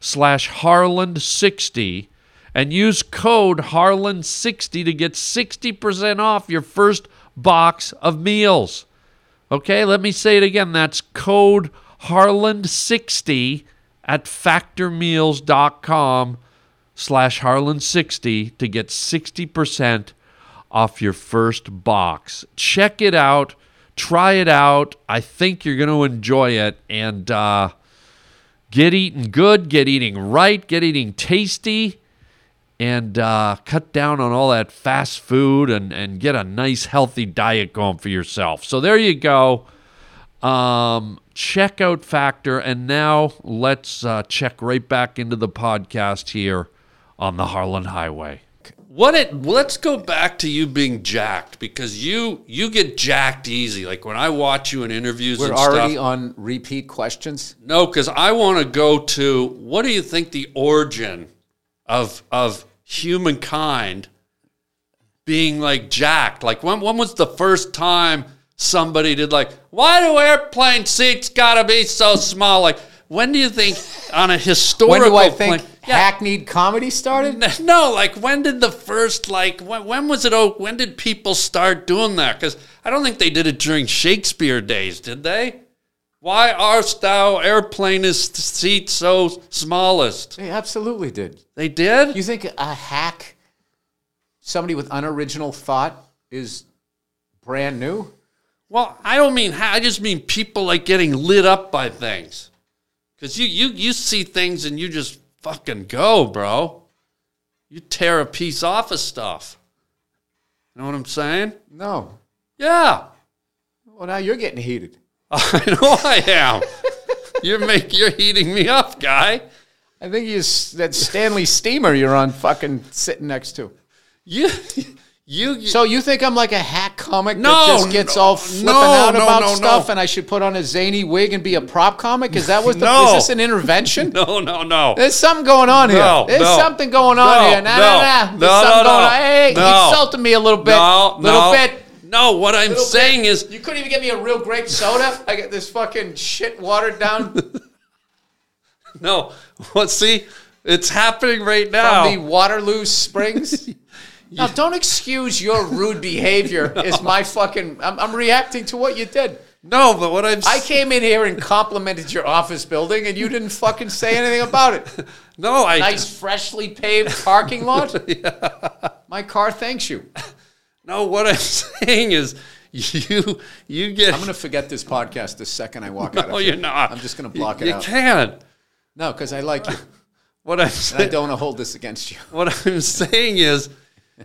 S1: slash Harland60 and use code Harland60 to get 60% off your first box of meals. Okay, let me say it again. That's code Harland60 at factormeals.com slash Harland60 to get 60% off your first box. Check it out. Try it out. I think you're going to enjoy it. And uh, get eating good, get eating right, get eating tasty and uh, cut down on all that fast food and, and get a nice healthy diet going for yourself. So there you go. Um, check out Factor. And now let's uh, check right back into the podcast here on the Harlan Highway.
S5: What it let's go back to you being jacked because you you get jacked easy. Like when I watch you in interviews
S2: We're
S5: and
S2: already
S5: stuff.
S2: on repeat questions.
S5: No, because I want to go to what do you think the origin of of humankind being like jacked? Like when when was the first time somebody did like why do airplane seats gotta be so small? Like when do you think on a
S2: When
S5: historical
S2: do I think
S5: plane- Yeah,
S2: hackneyed comedy started?
S5: no, like when did the first like when, when was it? Oh, when did people start doing that? Because I don't think they did it during Shakespeare days, did they? Why art thou airplane's seat so smallest?
S2: They absolutely did.
S5: They did.
S2: You think a hack, somebody with unoriginal thought, is brand new?
S5: well, I don't mean ha- I just mean people like getting lit up by things. Because you you you see things and you just fucking go, bro. You tear a piece off of stuff. You know what I'm saying?
S2: No.
S5: Yeah.
S2: Well, now you're getting heated.
S5: I know Oh, I am. you're make you're heating me up, guy.
S2: I think you s- that Stanley Steamer you're on fucking sitting next to.
S5: You you, you
S2: So you think I'm like a hack comic
S5: No,
S2: that just gets
S5: no,
S2: all flipping
S5: no,
S2: out
S5: no,
S2: about
S5: no, no.
S2: stuff, and I should put on a zany wig and be a prop comic? Is that what the?
S5: No.
S2: Is this an intervention?
S5: no no no.
S2: There's something going on
S5: No,
S2: here. There's
S5: no.
S2: something going on
S5: No,
S2: here. Nah,
S5: no,
S2: nah, nah. There's
S5: no,
S2: something going
S5: no, no.
S2: on. Hey,
S5: No.
S2: you insulted me a little bit.
S5: no
S2: little
S5: no.
S2: bit.
S5: No, what I'm
S2: Little
S5: saying
S2: bit.
S5: is
S2: you couldn't even give me a real grape soda. I get this fucking shit watered down from
S5: no. What see? It's happening right
S2: the
S5: now.
S2: Waterloo Springs. Now, don't excuse your rude behavior. Is my fucking? I'm, I'm reacting to what you did.
S5: No, but what I'm
S2: I came in here and complimented your office building, and you didn't fucking say anything about it.
S5: no, I
S2: Nice, freshly paved parking lot. My car thanks you.
S5: no. What I'm saying is you you get.
S2: I'm gonna forget this podcast the second I walk out.
S5: no,
S2: of here.
S5: you're not.
S2: I'm just gonna block
S5: you,
S2: it
S5: you
S2: out.
S5: can't.
S2: No, because I like you.
S5: What I'm
S2: I
S5: saying.
S2: don't want to hold this against you.
S5: What I'm saying is,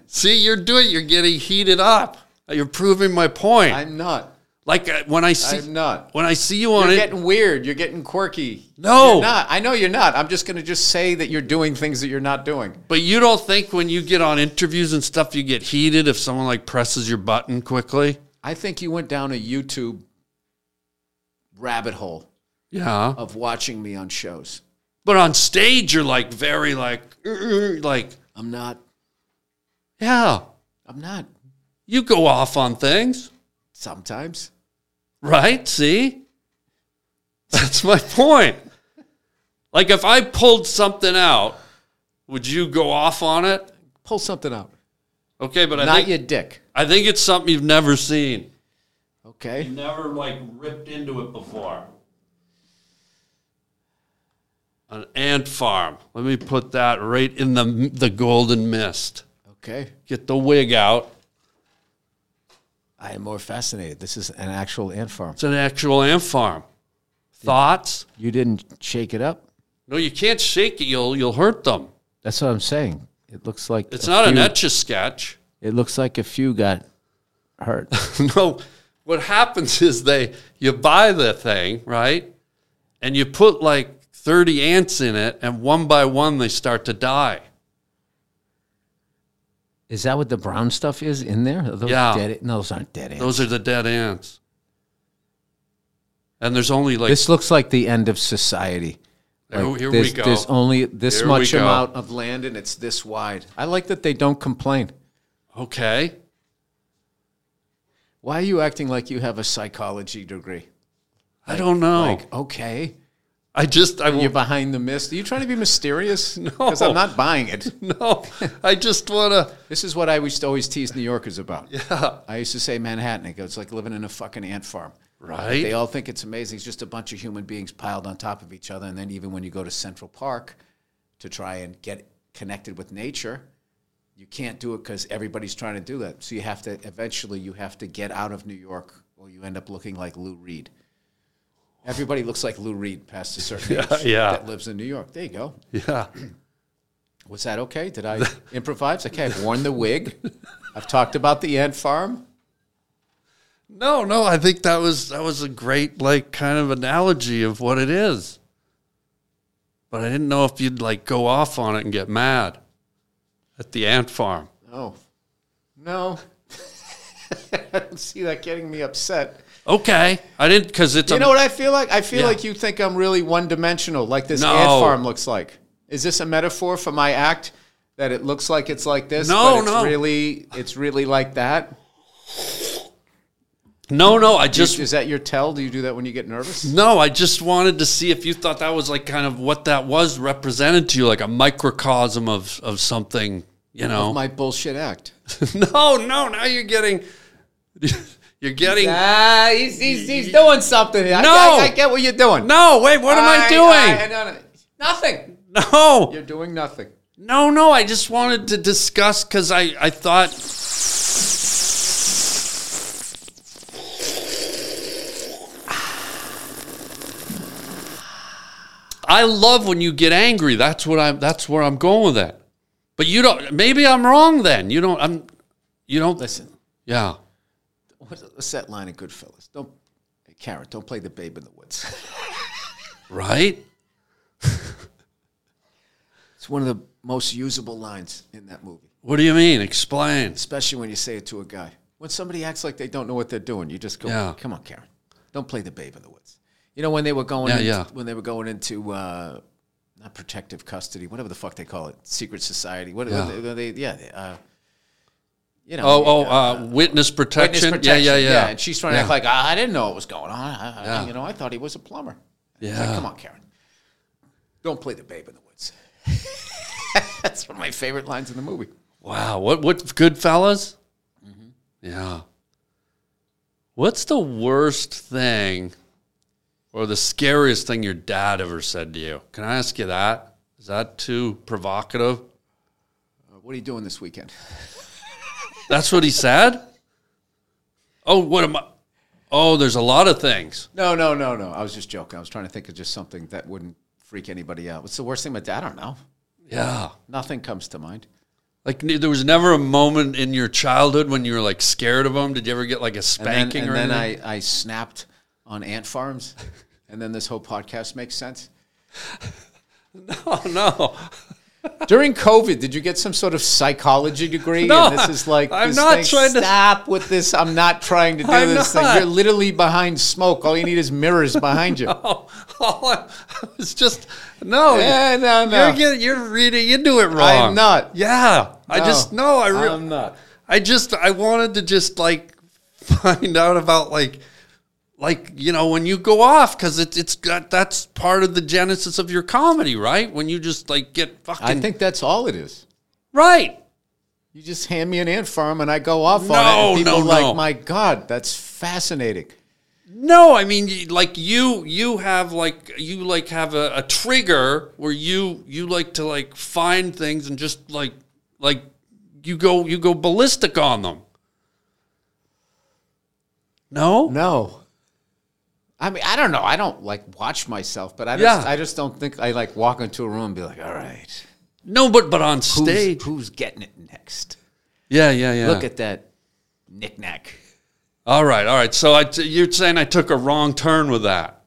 S5: see, you're doing. You're getting heated up. You're proving my point.
S2: I'm not.
S5: Like uh, when I see
S2: I'm not.
S5: when I see you on
S2: You're
S5: it.
S2: getting weird. You're getting quirky.
S5: No.
S2: you're not. I know you're not. I'm just gonna just say that you're doing things that you're not doing.
S5: but you don't think when you get on interviews and stuff, you get heated if someone like presses your button quickly.
S2: I think you went down a YouTube rabbit hole
S5: Yeah.
S2: of watching me on shows.
S5: But on stage, you're like very like "Uh-uh," like
S2: I'm not.
S5: yeah.
S2: I'm not.
S5: You go off on things,
S2: Sometimes.
S5: right? See, that's my point. Like if I pulled something out, would you go off on it?
S2: Pull something out.
S5: Okay, but I
S2: Not
S5: think
S2: your dick.
S5: I think it's something you've never seen.
S2: Okay.
S5: Never like ripped into it before. An ant farm. Let me put that right in the the golden mist.
S2: Okay.
S5: Get the wig out.
S2: I am more fascinated. This is an actual ant farm.
S5: It's an actual ant farm. Thoughts?
S2: You didn't shake it up.
S5: No, you can't shake it. You'll you'll hurt them.
S2: That's what I'm saying. It looks like
S5: It's
S2: a
S5: not an
S2: few-
S5: etch a sketch.
S2: It looks like a few got hurt.
S5: no, what happens is they you buy the thing right, and you put like thirty ants in it, and one by one they start to die.
S2: is that what the brown stuff is in there? Are those
S5: Yeah.
S2: Dead, no, those aren't dead ants.
S5: Those are the dead ants. And there's only like
S2: this looks like the end of society.
S5: There-
S2: Like,
S5: here we
S2: there's,
S5: go.
S2: There's only this
S5: Here we
S2: much
S5: go.
S2: amount of land, and it's this wide. I like that they don't complain.
S5: okay,
S2: Why are you acting like you have a psychology degree?
S5: I don't know.
S2: Like, okay,
S5: I just I
S2: you're behind the mist. Are you trying to be mysterious? No, because I'm not buying it.
S5: no, I just wanna.
S2: This is what I used to always tease New Yorkers about. Yeah. I used to say Manhattan. I go, it's like living in a fucking ant farm.
S5: Right.
S2: They all think it's amazing. It's just a bunch of human beings piled on top of each other. And then even when you go to Central Park to try and get connected with nature, you can't do it because everybody's trying to do that. So you have to eventually you have to get out of New York or you end up looking like Lou Reed. Everybody looks like Lou Reed past a certain age
S5: yeah.
S2: that lives in New York. There you go.
S5: Yeah.
S2: Was that okay? Did I improvise? Okay, I've worn the wig. I've talked about the ant farm.
S5: No, no, I think that was that was a great like kind of analogy of what it is. But I didn't know if you'd like go off on it and get mad at the ant farm.
S2: Oh, no. I don't see that getting me upset.
S5: Okay, I didn't because it's
S2: Do
S5: a,
S2: you know what I feel like? I feel
S5: Yeah.
S2: like you think I'm really one dimensional, like this
S5: No.
S2: ant farm looks like. Is this a metaphor for my act? That it looks like it's like this,
S5: No,
S2: but it's
S5: no.
S2: really it's really like that.
S5: no, no. I
S2: Is
S5: just
S2: that your tell? Do you do that when you get nervous?
S5: no, I just wanted to see if you thought that was like kind of what that was represented to you, like a microcosm of of something, you know.
S2: My bullshit act.
S5: no, no. Now you're getting you're getting
S2: Ah, he's, he's, he's doing something. No,
S5: No.
S2: I, I get what you're doing.
S5: no. Wait, what am I, doing?
S2: I- I- no, no. nothing.
S5: no,
S2: You're doing nothing.
S5: No, no, I just wanted to discuss because I, I thought, I love when you get angry. That's what I'm. That's where I'm going with that. But you don't. Maybe I'm wrong. Then you don't. I'm. You don't.
S2: Listen,
S5: Yeah.
S2: what's, what's that line of Goodfellas? Don't, hey, Carrot, don't play the babe in the woods.
S5: Right.
S2: It's one of the most usable lines in that movie,
S5: What do you mean? Explain.
S2: especially when you say it to a guy. When somebody acts like they don't know what they're doing, you just go,
S5: Yeah.
S2: "Come on, Carrot, don't play the babe in the woods." You know when they were going,
S5: Yeah,
S2: into,
S5: yeah.
S2: when they were going into uh, not protective custody, whatever the fuck they call it, secret society. What
S5: Yeah.
S2: yeah. they? they- Yeah, they, uh, you know.
S5: Oh, oh, uh, witness
S2: witness
S5: protection. Yeah, yeah, yeah.
S2: And she's trying to
S5: Yeah.
S2: act like I I didn't know what was going on. I, I-
S5: Yeah.
S2: You know, I thought he was a plumber. It's
S5: Yeah.
S2: Like, Come on, Karen. Don't play the babe in the woods. That's one of my favorite lines in the movie.
S5: Wow. What what good fellas?
S2: Mm-hmm.
S5: Yeah. What's the worst thing or the scariest thing your dad ever said to you? Can I ask you that? Is that too provocative?
S2: Uh, what are you doing this weekend?
S5: That's what he said? Oh, what am I? Oh, there's a lot of things.
S2: No, no, no, no. I was just joking. I was trying to think of just something that wouldn't freak anybody out. What's the worst thing my dad? I don't know.
S5: Yeah.
S2: Nothing comes to mind.
S5: Like n- there was never a moment in your childhood when you were like scared of him. Did you ever get like a
S2: And then-
S5: spanking
S2: and
S5: or
S2: then,
S5: anything?
S2: I, I snapped on ant farms, and then this whole podcast makes sense.
S5: oh no.
S2: During COVID, did you get some sort of psychology degree?
S5: No,
S2: and this is like
S5: I'm
S2: this
S5: not
S2: thing-
S5: trying to-
S2: stop with this. I'm not trying to do
S5: I'm
S2: this thing.
S5: not.
S2: You're literally behind smoke. All you need is mirrors behind you.
S5: it's just no.
S2: Yeah, no, no.
S5: You're getting, you're reading into it wrong.
S2: I'm not. Um,
S5: Yeah, I just no. I re-
S2: I'm not.
S5: I just I wanted to just like find out about like like you know when you go off because it's it's got that's part of the genesis of your comedy, right? When you just like get fucking
S2: I think that's all it is.
S5: right.
S2: You just hand me an ant farm and I go off on
S5: No,
S2: it. And people
S5: no,
S2: are like,
S5: no.
S2: my God, that's fascinating.
S5: No, I mean, y- like you, you have like you like have a, a trigger where you you like to like find things and just like like you go you go ballistic on them. No,
S2: No. I mean, I don't know. I don't like watch myself, but I just,
S5: Yeah.
S2: I just don't think I like walk into a room and be like, all right,
S5: no, but but on
S2: who's,
S5: stage,
S2: who's getting it next?
S5: yeah, yeah, yeah.
S2: Look at that knickknack.
S5: all right, all right. So I t- you're saying I took a wrong turn with that?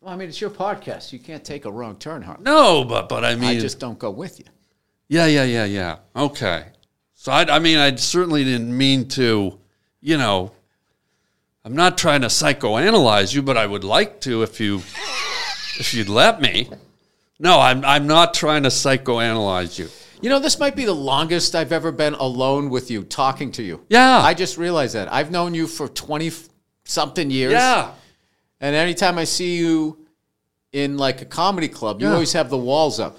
S2: Well, I mean, it's your podcast. You can't take a wrong turn, huh?
S5: No, but but I mean,
S2: I just don't go with you.
S5: Yeah, yeah, yeah, yeah. Okay. So I, I mean, I certainly didn't mean to, you know. I'm not trying to psychoanalyze you, but I would like to if you, if you'd let me. No, I'm I'm not trying to psychoanalyze you.
S2: You know, this might be the longest I've ever been alone with you, talking to you.
S5: Yeah.
S2: I just realized that. I've known you for 20 something years.
S5: Yeah.
S2: And anytime I see you in like a comedy club, you
S5: Yeah.
S2: always have the walls up.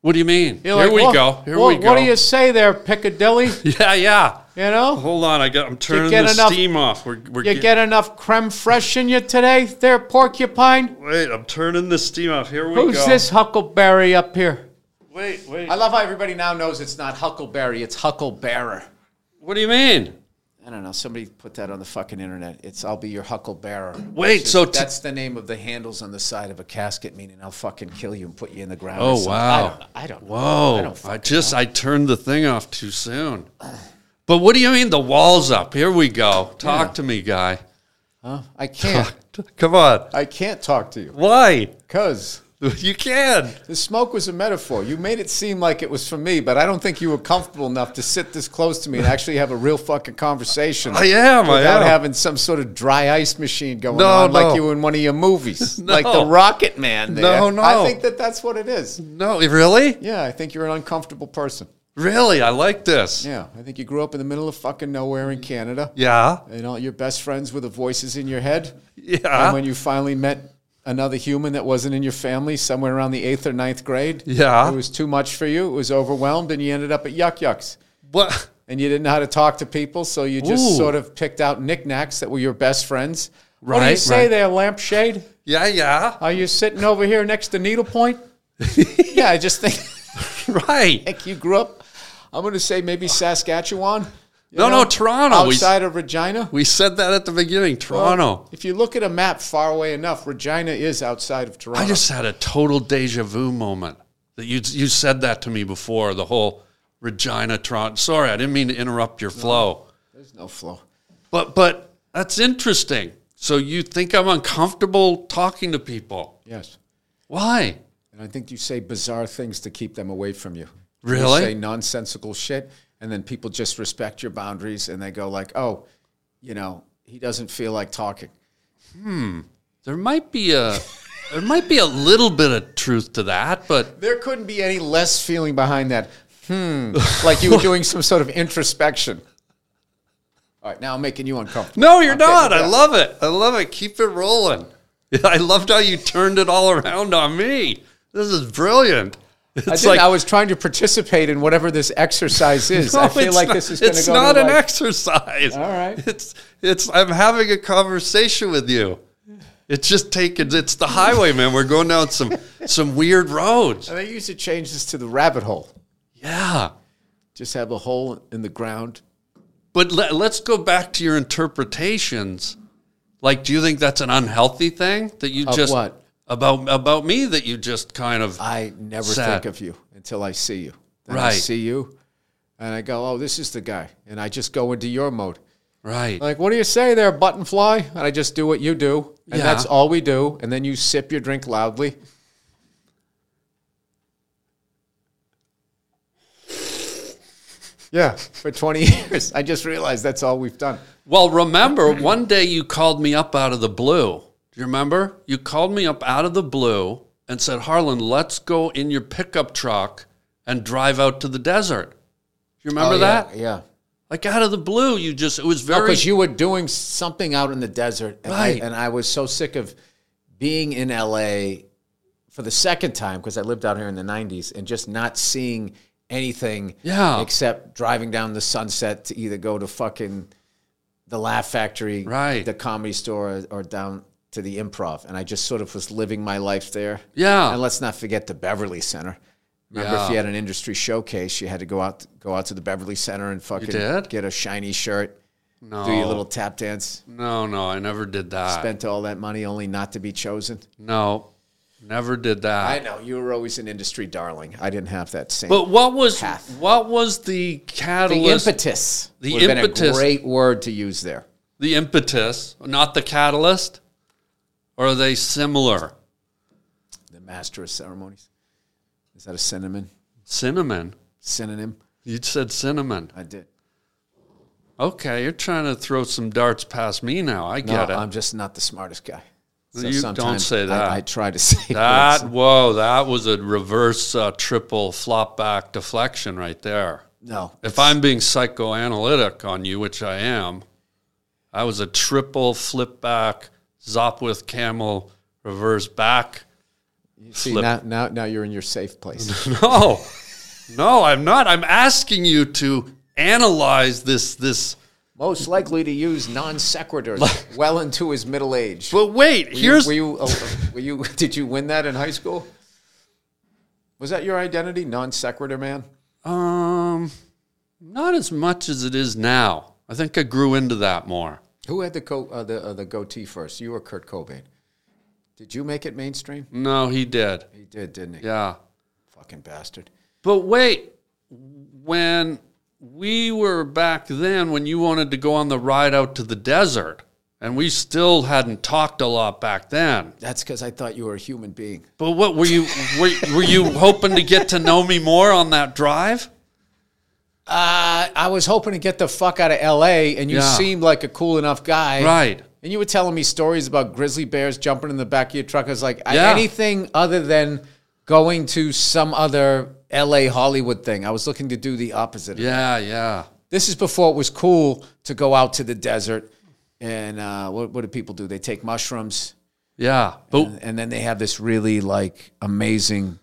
S5: What do you mean?
S2: You're
S5: Here
S2: like,
S5: we
S2: "Wha-
S5: go. Here
S2: wha-
S5: we go.
S2: What do you say there, Piccadilly? you
S5: yeah, Oh, yeah.
S2: know?
S5: Hold on, I got. I'm turning
S2: get
S5: the
S2: enough-
S5: steam off. We're we're
S2: You
S5: get-
S2: get enough creme fraiche in you today, there, porcupine?
S5: Wait, I'm turning the steam off. Here we
S2: Who's
S5: go.
S2: this huckleberry up here?
S5: Wait, wait.
S2: I love how everybody now knows it's not huckleberry, it's hucklebearer.
S5: what do you mean?
S2: I don't know. Somebody put that on the fucking internet. It's I'll be your hucklebearer.
S5: Wait,
S2: Which is-
S5: so t-
S2: that's the name of the handles on the side of a casket, meaning I'll fucking kill you and put you in the ground. or
S5: Oh
S2: something.
S5: wow!
S2: I don't know. I don't know.
S5: Whoa!
S2: I
S5: I,
S2: don't fucking
S5: just I turned the thing off too soon. But what do you mean the walls up? Here we go. Talk to me, guy.
S2: I can't.
S5: Come on.
S2: I can't talk to you
S5: Why?
S2: because
S5: You can.
S2: the smoke was a metaphor. You made it seem like it was for me, but I don't think you were comfortable enough to sit this close to me and actually have a real fucking conversation.
S5: I am. I
S2: Without
S5: am.
S2: having some sort of dry ice machine going
S5: No,
S2: on,
S5: no.
S2: like you in one of your movies,
S5: No.
S2: like the Rocket Man. There.
S5: No, no.
S2: I think that that's what it is.
S5: no, really,
S2: Yeah, I think you're an uncomfortable person.
S5: really. I like this.
S2: Yeah, I think you grew up in the middle of fucking nowhere in Canada.
S5: Yeah.
S2: And all your best friends were the voices in your head.
S5: Yeah.
S2: And when you finally met another human that wasn't in your family somewhere around the eighth or ninth grade,
S5: Yeah.
S2: it was too much for you. It was overwhelmed, and you ended up at Yuck Yucks.
S5: What?
S2: And you didn't know how to talk to people, so you just
S5: Ooh.
S2: sort of picked out knickknacks that were your best friends. What do you
S5: Right,
S2: say
S5: right.
S2: there, lampshade?
S5: Yeah, yeah.
S2: Are you sitting over here next to Needlepoint? yeah, I just think.
S5: Right.
S2: think you grew up. I'm going to say maybe Saskatchewan. you
S5: No, no, Toronto. We-
S2: Outside of Regina.
S5: We said that at the beginning. Toronto.
S2: Oh, If you look at a map far away enough, Regina is outside of Toronto.
S5: I just had a total deja vu moment that you you said that to me before. The whole Regina Toronto. Sorry, I didn't mean to interrupt your flow.
S2: There's no flow.
S5: But but that's interesting. So you think I'm uncomfortable talking to people?
S2: Yes.
S5: Why?
S2: And I think you say bizarre things to keep them away from you.
S5: Really?
S2: You say nonsensical shit, and then people just respect your boundaries, and they go like, oh, you know, he doesn't feel like talking.
S5: There might be a there might be a little bit of truth to that, but
S2: There couldn't be any less feeling behind that. Hmm. like you were doing some sort of introspection. All right, now I'm making you uncomfortable.
S5: no, you're
S2: I'm getting
S5: not.
S2: it
S5: I
S2: back.
S5: love it. I love it. Keep it rolling. I loved how you turned it all around on me. This is brilliant.
S2: I,
S5: It's
S2: didn't, I was trying to participate in whatever this exercise is. I
S5: No,
S2: feel
S5: it's
S2: like
S5: not-
S2: this is going to
S5: It's
S2: go.
S5: not
S2: to
S5: an
S2: like,
S5: exercise.
S2: All right.
S5: It's it's. I'm having a conversation with you. It's just taking. It's the highway, man. We're going down some some weird roads.
S2: They used to change this to the rabbit hole.
S5: Yeah.
S2: Just have a hole in the ground.
S5: But let, let's go back to your interpretations. Like, do you think that's an unhealthy thing that you
S2: Of
S5: just
S2: what?
S5: about about me that you just kind of
S2: I never
S5: Sad.
S2: think of you until I see you. Then I
S5: Right.
S2: see you, and I go, "Oh, this is the guy," and I just go into your mode.
S5: right?
S2: Like, what do you say there, button fly? And I just do what you do, and
S5: Yeah.
S2: that's all we do. And then you sip your drink loudly. Yeah, for 20 years. I just realized that's all we've done.
S5: Well, remember one day you called me up out of the blue. Do you remember? You called me up out of the blue and said, Harlan, let's go in your pickup truck and drive out to the desert. Do you remember
S2: Oh, yeah,
S5: that?
S2: Yeah.
S5: Like out of the blue, you just, it was very.
S2: Because you were doing something out in the desert. And,
S5: Right.
S2: I, and I was so sick of being in LA for the second time because I lived out here in the 90s and just not seeing anything
S5: Yeah.
S2: except driving down the sunset to either go to fucking the Laugh Factory,
S5: Right.
S2: the comedy store, or down to the improv. And I just sort of was living my life there.
S5: Yeah.
S2: And let's not forget the Beverly Center. Remember,
S5: Yeah.
S2: if you had an industry showcase, you had to go out go out to the Beverly Center and fucking
S5: did?
S2: get a shiny shirt,
S5: No,
S2: do your little tap dance,
S5: no, no. I never did that.
S2: spent all that money only not to be chosen.
S5: no, never did that.
S2: I know you were always an industry darling. I didn't have that same.
S5: But what was
S2: Path.
S5: what was the
S2: the
S5: catalyst?
S2: impetus.
S5: the
S2: would have been
S5: impetus.
S2: a great word to use there.
S5: the impetus, not the catalyst, or are they similar?
S2: The master of ceremonies. Is that a synonym?
S5: Cinnamon.
S2: Synonym.
S5: You said cinnamon.
S2: I did.
S5: Okay, you're trying to throw some darts past me now. I
S2: No,
S5: get it.
S2: I'm just not the smartest guy.
S5: You don't
S2: sometimes
S5: say that.
S2: I, I try to say
S5: that
S2: words.
S5: whoa, that was a reverse uh, triple flop back deflection right there.
S2: No,
S5: If I'm being psychoanalytic on you, which I am, I was a triple flip back Zopwith camel reverse back.
S2: see
S5: flip-
S2: now, now, now you're in your safe place.
S5: No, no, I'm not. I'm asking you to analyze this. This.
S2: Most likely to use non sequiturs well into his middle age.
S5: But wait,
S2: Were you-
S5: here's
S2: were you, uh, were you did you win that in high school? Was that your identity, non sequitur man?
S5: um, not as much as it is now. I think I grew into that more.
S2: Who had the co- uh, the uh, the goatee first? You or Kurt Cobain? Did you make it mainstream?
S5: No, he did.
S2: He did, didn't he?
S5: Mm. Yeah.
S2: Fucking bastard.
S5: But wait, when we were back then, when you wanted to go on the ride out to the desert, and we still hadn't talked a lot back then.
S2: That's because I thought you were a human being.
S5: But what were you were, were you hoping to get to know me more on that drive?
S2: Uh, I was hoping to get the fuck out of L.A. and you
S5: Yeah.
S2: seemed like a cool enough guy,
S5: Right.
S2: And you were telling me stories about grizzly bears jumping in the back of your truck. I was like, I-
S5: Yeah.
S2: anything other than going to some other L.A. Hollywood thing. I was looking to do the opposite.
S5: Yeah, yeah.
S2: This is before it was cool to go out to the desert. And uh, what, what do people do? They take mushrooms.
S5: Yeah. But
S2: and then they have this really like amazing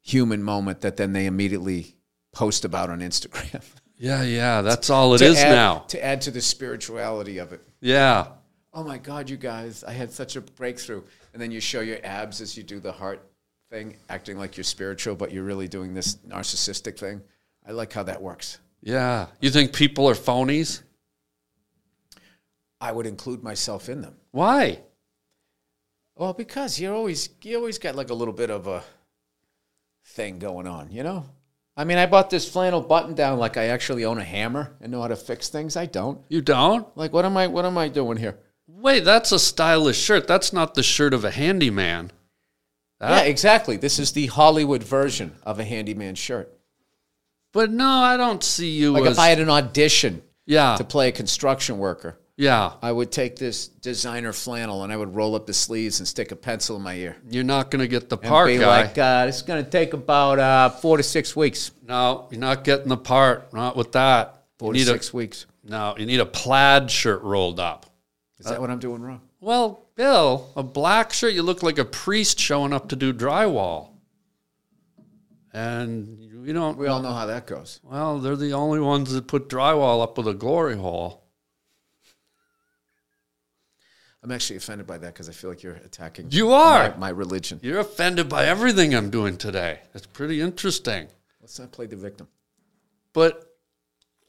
S2: human moment that then they immediately post about on Instagram.
S5: yeah, yeah, that's all it
S2: To
S5: is
S2: add-
S5: now.
S2: to add to the spirituality of it.
S5: Yeah.
S2: Oh my God, you guys! I had such a breakthrough, and then you show your abs as you do the heart thing, acting like you're spiritual, but you're really doing this narcissistic thing. I like how that works.
S5: Yeah. You think people are phonies?
S2: I would include myself in them.
S5: Why?
S2: Well, because you're always you always got like a little bit of a thing going on, you know. I mean, I bought this flannel button down like I actually own a hammer and know how to fix things. I don't.
S5: You don't?
S2: Like, what am I? What am I doing here?
S5: Wait, that's a stylish shirt. That's not the shirt of a handyman.
S2: Yeah, exactly. This is the Hollywood version of a handyman shirt.
S5: But no, I don't see you
S2: Like,
S5: as
S2: if I had an audition
S5: Yeah.
S2: to play a construction worker,
S5: Yeah.
S2: I would take this designer flannel and I would roll up the sleeves and stick a pencil in my ear
S5: You're not going to get the
S2: and
S5: part,
S2: be
S5: guy.
S2: like, uh, "This is going to take about uh, four to six weeks."
S5: no, you're not getting the part. Not with that. You
S2: Four to
S5: need
S2: six
S5: a,
S2: weeks.
S5: No, you need a plaid shirt rolled up.
S2: Is
S5: Uh,
S2: that what I'm doing wrong?
S5: Well, Bill, a black shirt, you look like a priest showing up to do drywall. And you don't.
S2: We all know how that goes.
S5: Well, they're the only ones that put drywall up with a glory hole.
S2: I'm actually offended by that because I feel like you're attacking
S5: You are.
S2: my, my religion.
S5: You're offended by everything I'm doing today. It's pretty interesting.
S2: Let's not play the victim.
S5: But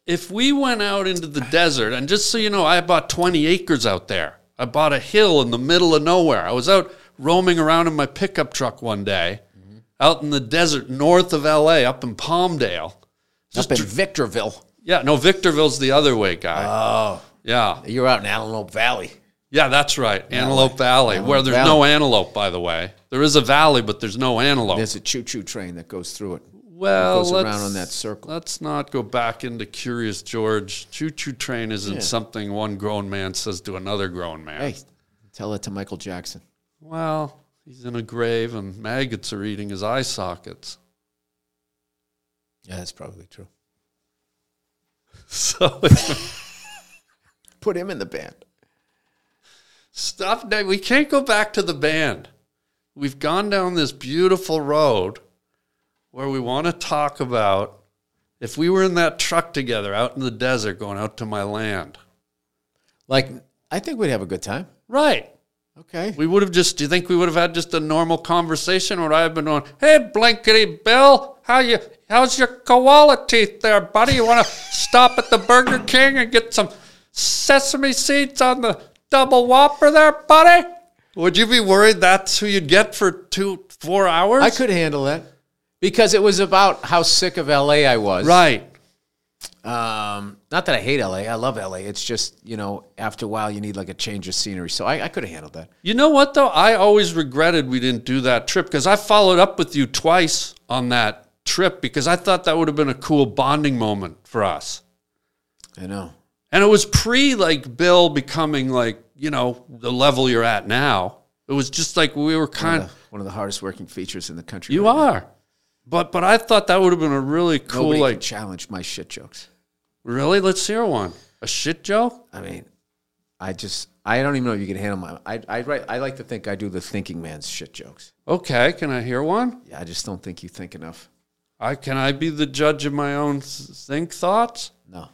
S5: if we went out into the desert, and just so you know, I bought 20 acres out there. I bought a hill in the middle of nowhere. I was out roaming around in my pickup truck one day, out in the desert north of LA, up in Palmdale.
S2: Up in Victorville,
S5: Yeah, no, Victorville's the other way, guy. Oh. Yeah,
S2: you're out in Antelope Valley.
S5: yeah, that's right. Antelope Valley, where there's
S2: Valley.
S5: no antelope, by the way. There is a valley, but there's no antelope.
S2: There's a choo-choo train that goes through it.
S5: Well,
S2: goes around
S5: let's-
S2: on that circle.
S5: Let's not go back into Curious George. Choo choo train isn't something one grown man says to another grown man.
S2: Hey, tell that to Michael Jackson.
S5: Well, he's in a grave and maggots are eating his eye sockets.
S2: Yeah, that's probably true.
S5: So
S2: Put him in the band.
S5: stop. that. We can't go back to the band. We've gone down this beautiful road where we want to talk about if we were in that truck together out in the desert going out to my land.
S2: Like, I think we'd have a good time.
S5: Right.
S2: Okay.
S5: We would have just. Do you think we would have had just a normal conversation? Would I have been going, "Hey, blankety Bill, how you? How's your koala teeth there, buddy? You want to stop at the Burger King and get some sesame seeds on the double Whopper there, buddy?" Would you be worried that's who you'd get for two, four hours?
S2: I could handle that because it was about how sick of LA I was.
S5: Right.
S2: Um, not that I hate LA. I love LA. It's just, you know, after a while you need like a change of scenery. So I, I could have handled that.
S5: You know what though? I always regretted we didn't do that trip because I followed up with you twice on that trip because I thought that would have been a cool bonding moment for us.
S2: I know.
S5: And it was pre like Bill becoming like, you know, the level you're at now. It was just like we were kind
S2: Uh,
S5: of
S2: one of the hardest working features in the country.
S5: you
S2: right now.
S5: are. But but I thought that would have been a really cool
S2: Nobody
S5: like
S2: can challenge my shit jokes.
S5: really let's hear one. A shit joke?
S2: I mean, I just, I don't even know if you can handle my, I, I, write, I like to think I do the thinking man's shit jokes.
S5: Okay, can I hear one?
S2: Yeah, I just don't think you think enough.
S5: I can I be the judge of my own s- think thoughts?
S2: No.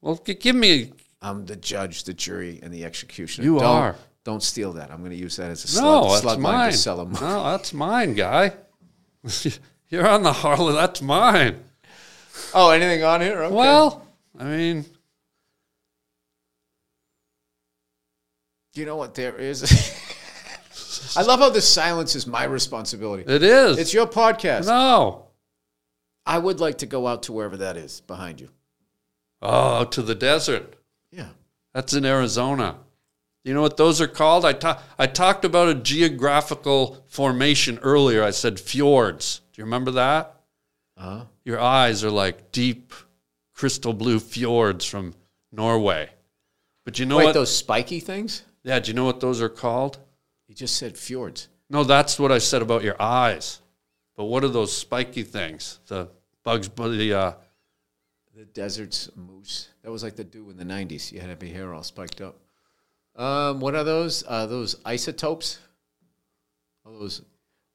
S5: Well, g- give me
S2: I'm the judge, the jury, and the executioner.
S5: You
S2: Don't-
S5: are.
S2: Don't steal that. I'm going to use that as a
S5: No,
S2: slug,
S5: that's
S2: slug line
S5: mine.
S2: to sell 'em.
S5: No, that's mine, guy. You're on the Harley. That's mine.
S2: Oh, anything on here? Okay.
S5: Well, I mean,
S2: you know what? There is. I love how the silence is my responsibility.
S5: it is.
S2: It's your podcast.
S5: no.
S2: I would like to go out to wherever that is behind you.
S5: Oh, to the desert.
S2: Yeah.
S5: That's in Arizona. You know what those are called? I ta- I talked about a geographical formation earlier. I said fjords. Do you remember that?
S2: Uh-huh.
S5: Your eyes are like deep, crystal blue fjords from Norway. But you know
S2: Wait,
S5: what?
S2: those spiky things?
S5: yeah. Do you know what those are called?
S2: You just said fjords.
S5: No, that's what I said about your eyes. But what are those spiky things? The bugs, the uh,
S2: The deserts, moose. That was like the do in the 90s. You had to be hair all spiked up. Um, what are those? Uh, those isotopes? All those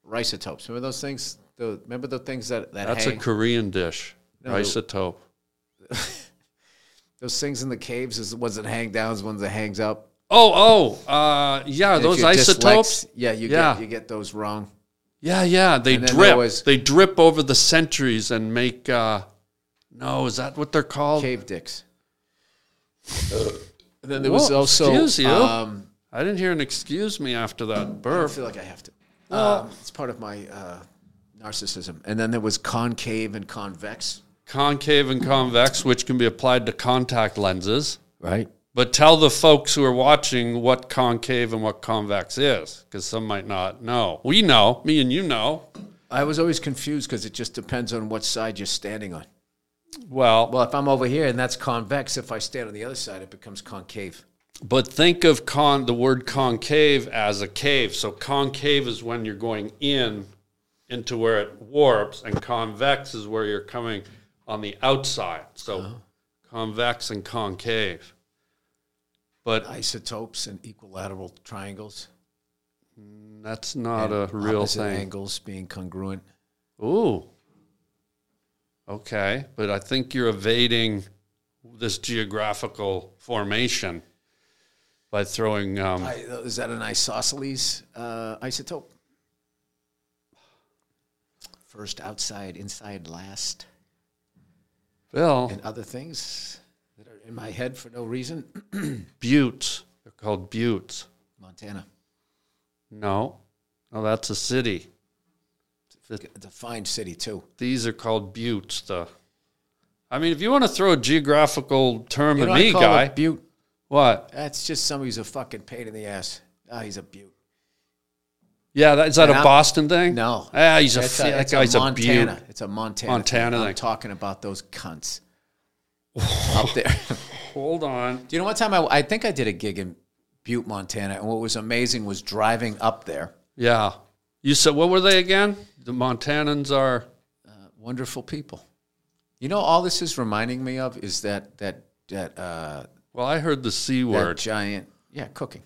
S2: ricotopes. Remember those things? The, remember the things that, that
S5: that's a
S2: hang?
S5: Korean dish,
S2: No.
S5: isotope.
S2: those things in the caves is the ones that hang down, is the ones that hangs up.
S5: Oh, oh, uh, yeah,
S2: If
S5: those
S2: you're
S5: isotopes.
S2: dyslex- yeah, you
S5: Yeah.
S2: get you get those wrong.
S5: Yeah, yeah, they
S2: And then there
S5: drip.
S2: was-
S5: They drip over the centuries and make. Uh, no, is that what they're called?
S2: Cave dicks. and then there was
S5: Whoa,
S2: also
S5: Oh, excuse you.
S2: um
S5: I didn't hear an excuse me after that
S2: I
S5: burp.
S2: feel like I have to. Um, it's part of my uh, narcissism. And then there was concave and convex.
S5: Concave and convex, which can be applied to contact lenses.
S2: Right.
S5: But tell the folks who are watching what concave and what convex is, because some might not know. We know, me and you know.
S2: I was always confused because it just depends on what side you're standing on.
S5: Well,
S2: Well, if I'm over here and that's convex, if I stand on the other side, it becomes concave.
S5: but think of con the word concave as a cave. So concave is when you're going in into where it warps, and convex is where you're coming on the outside. So
S2: Oh.
S5: convex and concave. But
S2: Isotopes and equilateral triangles.
S5: that's not a
S2: and
S5: real
S2: opposite
S5: thing.
S2: Angles being congruent.
S5: Ooh. Okay, but I think you're evading this geographical formation by throwing. Um,
S2: I, uh, is that an isosceles uh, isotope? First, outside, inside, last,
S5: Bill
S2: and other things that are in my head for no reason.
S5: buttes. They're called buttes.
S2: Montana.
S5: No, no, that's a city.
S2: It's a fine city, too.
S5: These are called buttes. The, I mean, if you want to throw a geographical term
S2: You know,
S5: at
S2: I
S5: me,
S2: call
S5: guy,
S2: it Butte.
S5: what?
S2: That's just somebody who's a fucking pain in the ass. Oh, he's a Butte.
S5: Yeah, that, is that
S2: And
S5: a
S2: I'm-
S5: Boston thing?
S2: No.
S5: Ah, he's a,
S2: It's
S5: fe- that
S2: it's
S5: guy's a
S2: Montana.
S5: butte.
S2: It's a Montana.
S5: Montana
S2: Thing. I'm
S5: thing.
S2: talking about those cunts up there.
S5: Hold on.
S2: Do you know one time I, I think I did a gig in Butte, Montana, and what was amazing was driving up there.
S5: Yeah. You said, what were they again? The Montanans are.
S2: wonderful people. You know, all this is reminding me of is that that that uh,
S5: Well, I heard the C
S2: that
S5: word.
S2: giant, yeah, cooking.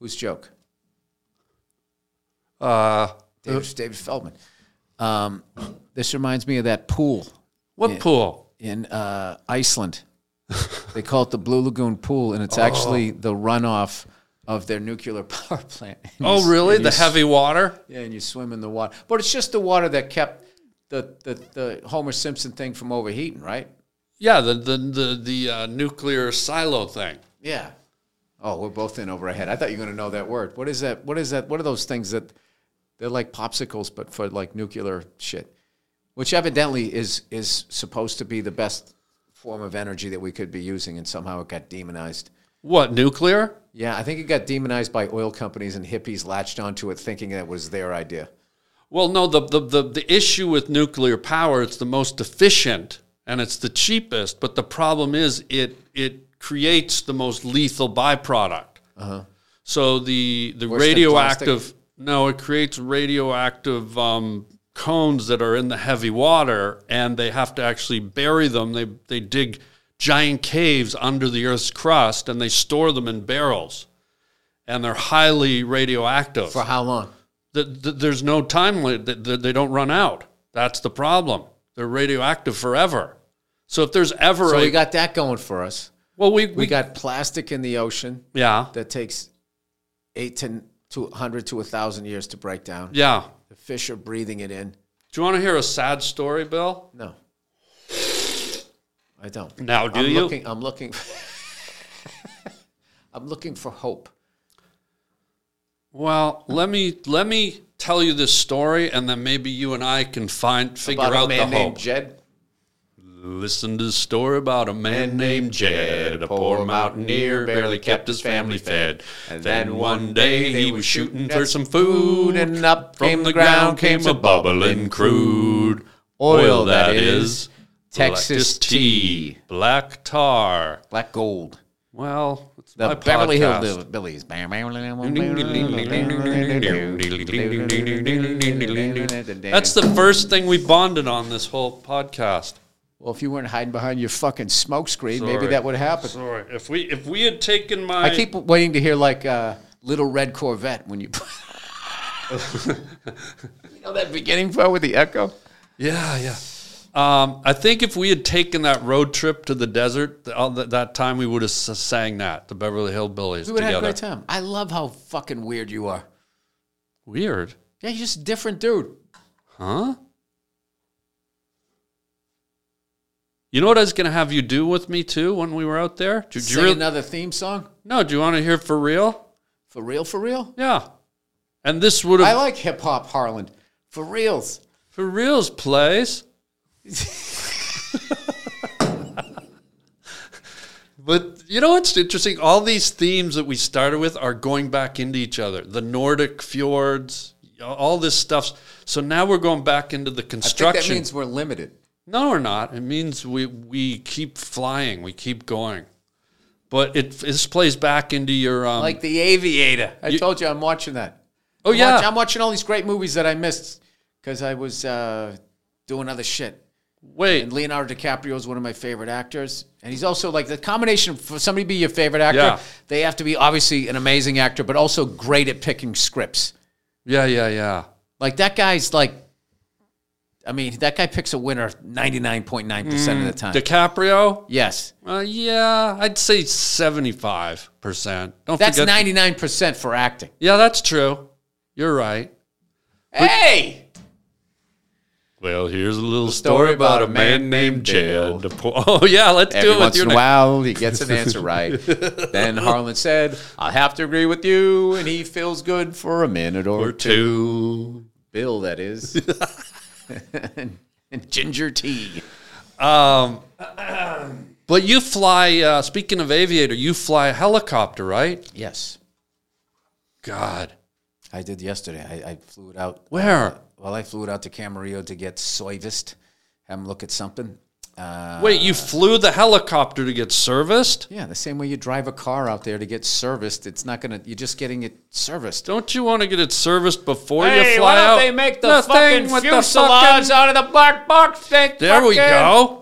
S2: Whose joke?
S5: uh,
S2: David, David Feldman. Um, this reminds me of that pool
S5: What pool?
S2: in uh, Iceland. they call it the Blue Lagoon Pool, and it's actually
S5: Oh.
S2: the runoff of their nuclear power plant. And you
S5: Oh,
S2: s-
S5: really?
S2: and you
S5: The heavy water?
S2: Yeah, and you swim in the water. But it's just the water that kept the, the, the Homer Simpson thing from overheating, right?
S5: Yeah, the the the, the uh, nuclear silo thing.
S2: Yeah. Oh, we're both in over our head. I thought you were going to know that word. What is that? What is that? What are those things that they're like popsicles, but for like nuclear shit, which evidently is is supposed to be the best form of energy that we could be using, and somehow it got demonized.
S5: What nuclear?
S2: Yeah, I think it got demonized by oil companies and hippies latched onto it, thinking that was their idea.
S5: Well, no. The, the the the issue with nuclear power, it's the most efficient and it's the cheapest. But the problem is, it it creates the most lethal byproduct. So the the
S2: Uh-huh. than
S5: radioactive. No, it creates radioactive um, cones that are in the heavy water, and they have to actually bury them. They they dig giant caves under the Earth's crust, and they store them in barrels, and they're highly radioactive
S2: For how long?
S5: that th- there's no time li- that that they don't run out. That's the problem. They're radioactive forever. So if there's ever
S2: So
S5: a
S2: we got that going for us.
S5: well, we, we
S2: We got plastic in the ocean
S5: yeah
S2: that takes eight to to hundred to thousand years to break down.
S5: yeah.
S2: The fish are breathing it in.
S5: Do you want to hear a sad story, Bill?
S2: No, I don't.
S5: Now, do
S2: I'm
S5: you?
S2: Looking, I'm looking. I'm looking for hope.
S5: Well, let me let me tell you this story, and then maybe you and I can find figure
S2: About
S5: out
S2: a man
S5: the
S2: named
S5: hope.
S2: Jed.
S5: Listen to the story about a man named Jed, a poor mountaineer, barely kept his family fed. And then one day he was shooting for some food,
S2: and up
S5: from the ground came a bubbling crude
S2: Oil,
S5: that
S2: that
S5: is
S2: is. Texas
S5: Lactis tea, black tar.
S2: black gold.
S5: Well, it's
S2: The
S5: my
S2: Beverly
S5: podcast.
S2: Hillbillies.
S5: That's the first thing we bonded on this whole podcast.
S2: Well, if you weren't hiding behind your fucking smoke screen, maybe
S5: Sorry.
S2: that would happen.
S5: Sorry, if we if we had taken my
S2: I keep waiting to hear like uh, "Little Red Corvette" when you. you know that beginning part with the echo.
S5: yeah yeah. Um, I think if we had taken that road trip to the desert, th- all that, that time we would have s- sang that the Beverly Hillbillies
S2: We would have
S5: together.
S2: had a great time. I love how fucking weird you are.
S5: Weird,
S2: Yeah, you're just a different dude.
S5: huh? You know what I was gonna have you do with me too when we were out there? Do, do you
S2: Sing
S5: really-
S2: another theme song
S5: no, do you want to hear for real?
S2: for real, for real.
S5: Yeah. And this would have
S2: I like hip hop Harland for reals.
S5: For reals, plays. but you know what's interesting? All these themes that we started with are going back into each other. The Nordic fjords, all this stuff. So now we're going back into
S2: I
S5: the
S2: think
S5: construction.
S2: that means we're limited.
S5: no, we're not. It means we we keep flying, we keep going. But it this plays back into your um,
S2: Like the Aviator. I told you I'm watching that.
S5: oh
S2: I'm
S5: yeah.
S2: watch- I'm watching all these great movies that I missed because I was uh, doing other shit.
S5: Wait,
S2: And Leonardo DiCaprio is one of my favorite actors. And he's also like the combination for somebody to be your favorite actor,
S5: Yeah.
S2: they have to be obviously an amazing actor, but also great at picking scripts.
S5: yeah, yeah, yeah.
S2: Like that guy's like, I mean, that guy picks a winner 99.9% of
S5: Mm.
S2: the time.
S5: DiCaprio.
S2: yes.
S5: Uh, yeah, I'd say seventy-five percent. Don't
S2: That's
S5: forget.
S2: 99% for acting.
S5: Yeah, that's true. You're right.
S2: Hey!
S5: Well, here's a little
S2: story about a man named Jed.
S5: The po- Oh yeah, let's
S2: Every
S5: do it with
S2: once
S5: your
S2: in a
S5: name.
S2: while, he gets an answer right. then Harlan said, I have to agree with you. And he feels good for a minute or,
S5: Or
S2: two.
S5: two.
S2: Bill, that is. and ginger tea.
S5: But you fly. Uh, speaking of aviator, you fly a helicopter, right?
S2: Yes.
S5: God,
S2: I did yesterday. I, I flew it out. Uh,
S5: where?
S2: Well, I flew it out to Camarillo to get soyvist, have them look at something. Uh,
S5: Wait, you flew the helicopter to get serviced?
S2: Yeah, the same way you drive a car out there to get serviced. It's not going to, you're just getting it serviced.
S5: Don't you want to get it serviced before you
S2: Hey,
S5: fly
S2: why don't
S5: out?
S2: they make the
S5: Nothing
S2: fucking
S5: with the
S2: fuselage
S5: fucking-
S2: out of the black box? They
S5: There we
S2: fucking-
S5: go.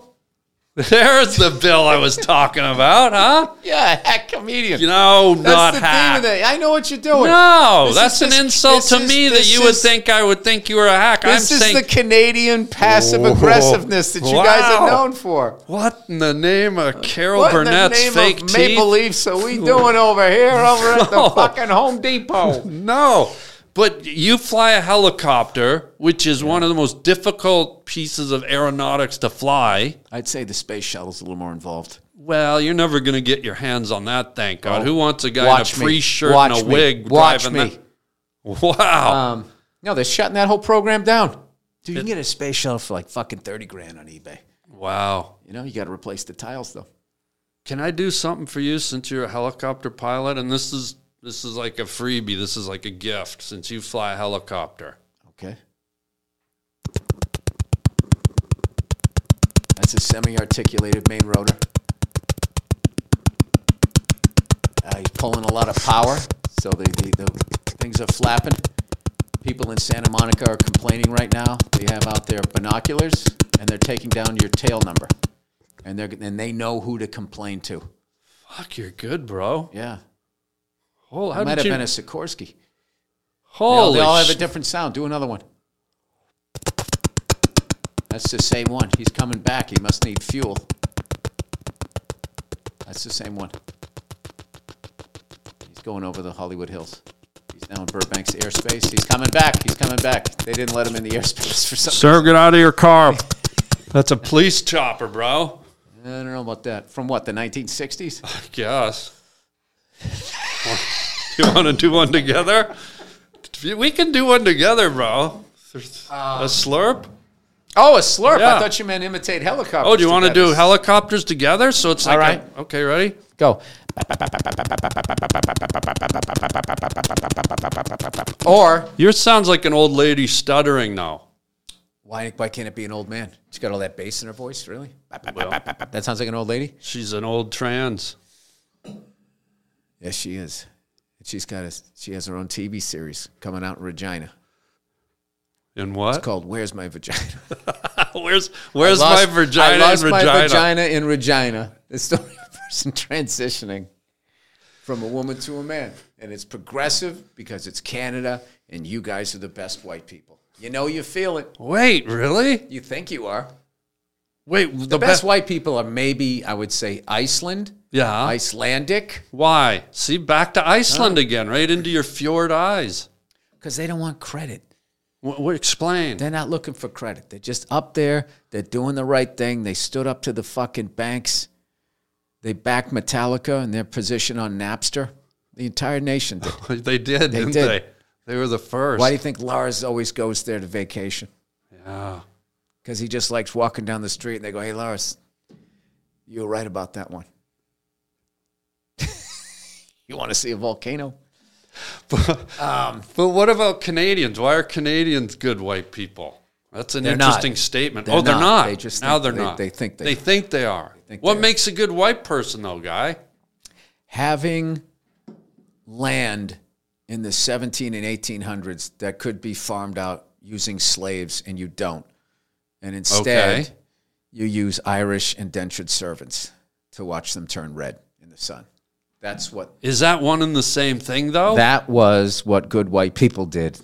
S5: There's the Bill I was talking about, huh?
S2: Yeah, hack comedian.
S5: You know,
S2: that's
S5: not
S2: the
S5: hack.
S2: theme of it. I know what you're doing.
S5: No,
S2: This
S5: that's
S2: is
S5: an
S2: just-
S5: insult
S2: this
S5: to
S2: is-
S5: me that
S2: this
S5: you would
S2: is-
S5: think I would think you were a hack. I'm
S2: This is
S5: saying,
S2: the Canadian passive aggressiveness that you guys
S5: Wow.
S2: are known for.
S5: what in the name of Carol
S2: What in the
S5: Burnett's
S2: name
S5: fake
S2: of Maple
S5: teeth?
S2: Leafs are we doing over here, over at
S5: No.
S2: the fucking Home Depot?
S5: No, but you fly a helicopter, which is one of the most difficult pieces of aeronautics to fly.
S2: I'd say the space shuttle's a little more involved.
S5: Well, you're never going to get your hands on that. Thank God.
S2: Oh,
S5: Who wants a guy
S2: Watch
S5: in a free
S2: me.
S5: shirt
S2: Watch
S5: and a
S2: me.
S5: wig
S2: Watch
S5: driving
S2: me.
S5: that? Wow.
S2: Um, no, they're shutting that whole program down. Dude, you can get a space shuttle for like fucking thirty grand on eBay.
S5: wow.
S2: You know, you got to replace the tiles though.
S5: Can I do something for you since you're a helicopter pilot and this is this is like a freebie. This is like a gift since you fly a helicopter.
S2: Okay. That's a semi-articulated main rotor. Uh, he's pulling a lot of power, so the, the, the things are flapping. People in Santa Monica are complaining right now. They have out their binoculars and they're taking down your tail number, and they're and they know who to complain to.
S5: Fuck, you're good, bro.
S2: Yeah,
S5: Hol- how
S2: it might
S5: did
S2: have
S5: you?
S2: been a Sikorsky. They all,
S5: holy
S2: Oh, they all have a
S5: sh-
S2: different sound. Do another one. That's the same one. He's coming back. He must need fuel. That's the same one. He's going over the Hollywood Hills. He's now in Burbank's airspace. He's coming back. He's coming back. They didn't let him in the airspace for some.
S1: Sir, get out of your car.
S5: That's a police chopper, bro.
S2: I don't know about that. From what the 1960s?
S5: I guess. you want to do one together? We can do one together, bro.
S2: Um,
S5: a slurp?
S2: Oh, a slurp.
S5: Yeah.
S2: I thought you meant imitate helicopter.
S5: Oh, do you want to do helicopters together? So it's like,
S2: All
S5: a-
S2: right.
S5: okay, ready?
S2: Go. Or
S5: Yours sounds like an old lady stuttering now.
S2: Why, why can't it be an old man? She's got all that bass in her voice, really? That sounds like an old lady?
S5: She's an old trans.
S2: Yes, she is. And she's got a, she has her own TV series coming out in Regina
S5: In what?
S2: called Where's My Vagina?
S5: Where's Where's
S2: Lost-
S5: my vagina?
S2: I
S5: in
S2: lost my
S5: Regina?
S2: vagina in Regina. The story of a person transitioning from a woman to a man. And it's progressive because it's Canada and you guys are the best white people. You know you feel it.
S5: Wait, really?
S2: You think you are.
S5: Wait,
S2: The, best white people are maybe, I would say, Iceland,
S5: Yeah.
S2: Icelandic.
S5: Why? See, back to Iceland again, right into your fjord eyes.
S2: Because they don't want credit.
S5: W- w- explain.
S2: They're not looking for credit. They're just up there. They're doing the right thing. They stood up to the fucking banks. They backed Metallica and their position on Napster. The entire nation did.
S5: They did, didn't
S2: did.
S5: they? They were the first.
S2: Why do you think Lars always goes there to vacation?
S5: yeah.
S2: Because he just likes walking down the street and they go, hey, Lars, you were right about that one. you want to see a volcano?
S5: But what about Canadians? Why are Canadians good white people? That's an
S2: They're not.
S5: interesting statement.
S2: They're
S5: oh, they're
S2: not.
S5: not.
S2: They just
S5: now
S2: think-
S5: they're
S2: they-
S5: not.
S2: they think they
S5: they
S2: are.
S5: think they are.
S2: think
S5: what
S2: they are.
S5: makes a good white person though, guy?
S2: having land in the 17 and 1800s that could be farmed out using slaves and you don't and instead
S5: Okay.
S2: you use irish indentured servants to watch them turn red in the sun that's what
S5: Is that one and the same thing though?
S2: that was what good white people did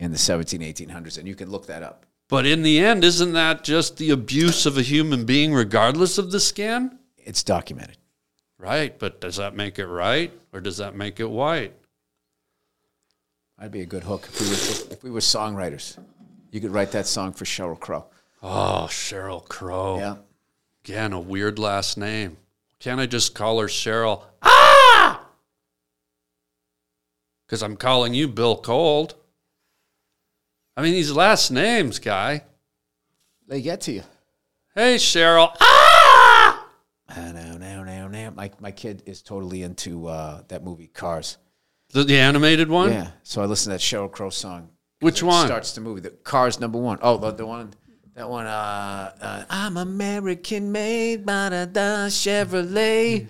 S2: in the 17 1800s and you can look that up
S5: but in the end, isn't that just the abuse of a human being, regardless of the skin?
S2: it's documented
S5: Right. But does that make it right, or does that make it white?
S2: i'd be a good hook if we were, if we were songwriters you could write that song for cheryl crow
S5: Oh, Cheryl Crow.
S2: yeah
S5: Again, a weird last name. Can't I just call her Cheryl? Ah! Because I'm calling you Bill Cold. I mean, these last names, guy.
S2: they get to you
S5: Hey, Cheryl. Ah!
S2: Ah, no, no, no, no. My my kid is totally into uh, that movie Cars.
S5: The, the animated one?
S2: Yeah. So I listen to that Cheryl Crow song.
S5: Which
S2: It
S5: one?
S2: starts the movie? The Cars number one. Oh, the, the one. That one. Uh, uh, I'm American made, ba da da Chevrolet.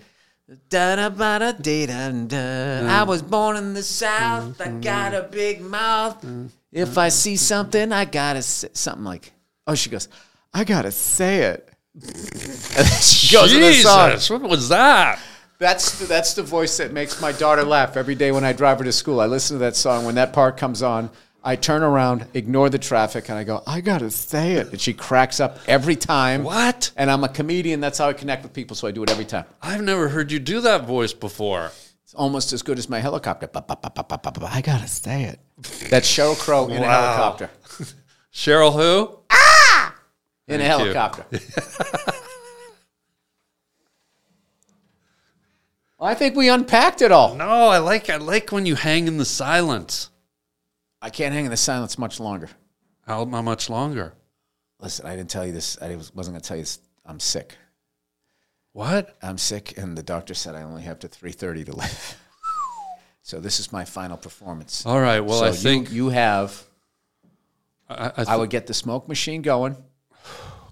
S2: Da da ba da dee da da. I was born in the South. I got a big mouth. If I see something, I gotta say something like. Oh, she goes. I gotta say it. And then she goes in the song.
S5: Jesus, what was that?
S2: That's the, that's the voice that makes my daughter laugh every day when I drive her to school. I listen to that song. When that part comes on, I turn around, ignore the traffic, and I go, I gotta say it. And she cracks up every time.
S5: What?
S2: And I'm a comedian. That's how I connect with people, so I do it every time.
S5: I've never heard you do that voice before.
S2: It's almost as good as my helicopter. Ba, ba, ba, ba, ba, ba, ba, I gotta say it. That's Cheryl Crow in a
S5: Wow.
S2: helicopter.
S5: Cheryl, who?
S2: In a
S5: Thank you.
S2: helicopter. I think we unpacked it all.
S5: No, I like I like when you hang in the silence.
S2: I can't hang in the silence much longer.
S5: How, how much longer?
S2: Listen, I didn't tell you this. I was- wasn't going to tell you this. I'm sick.
S5: What?
S2: I'm sick, and the doctor said I only have to 3:30 to live. so this is my final performance.
S5: All right. Oh, Well,
S2: So
S5: I
S2: you-
S5: think
S2: you, have.
S5: I, I
S2: I would get the smoke machine going.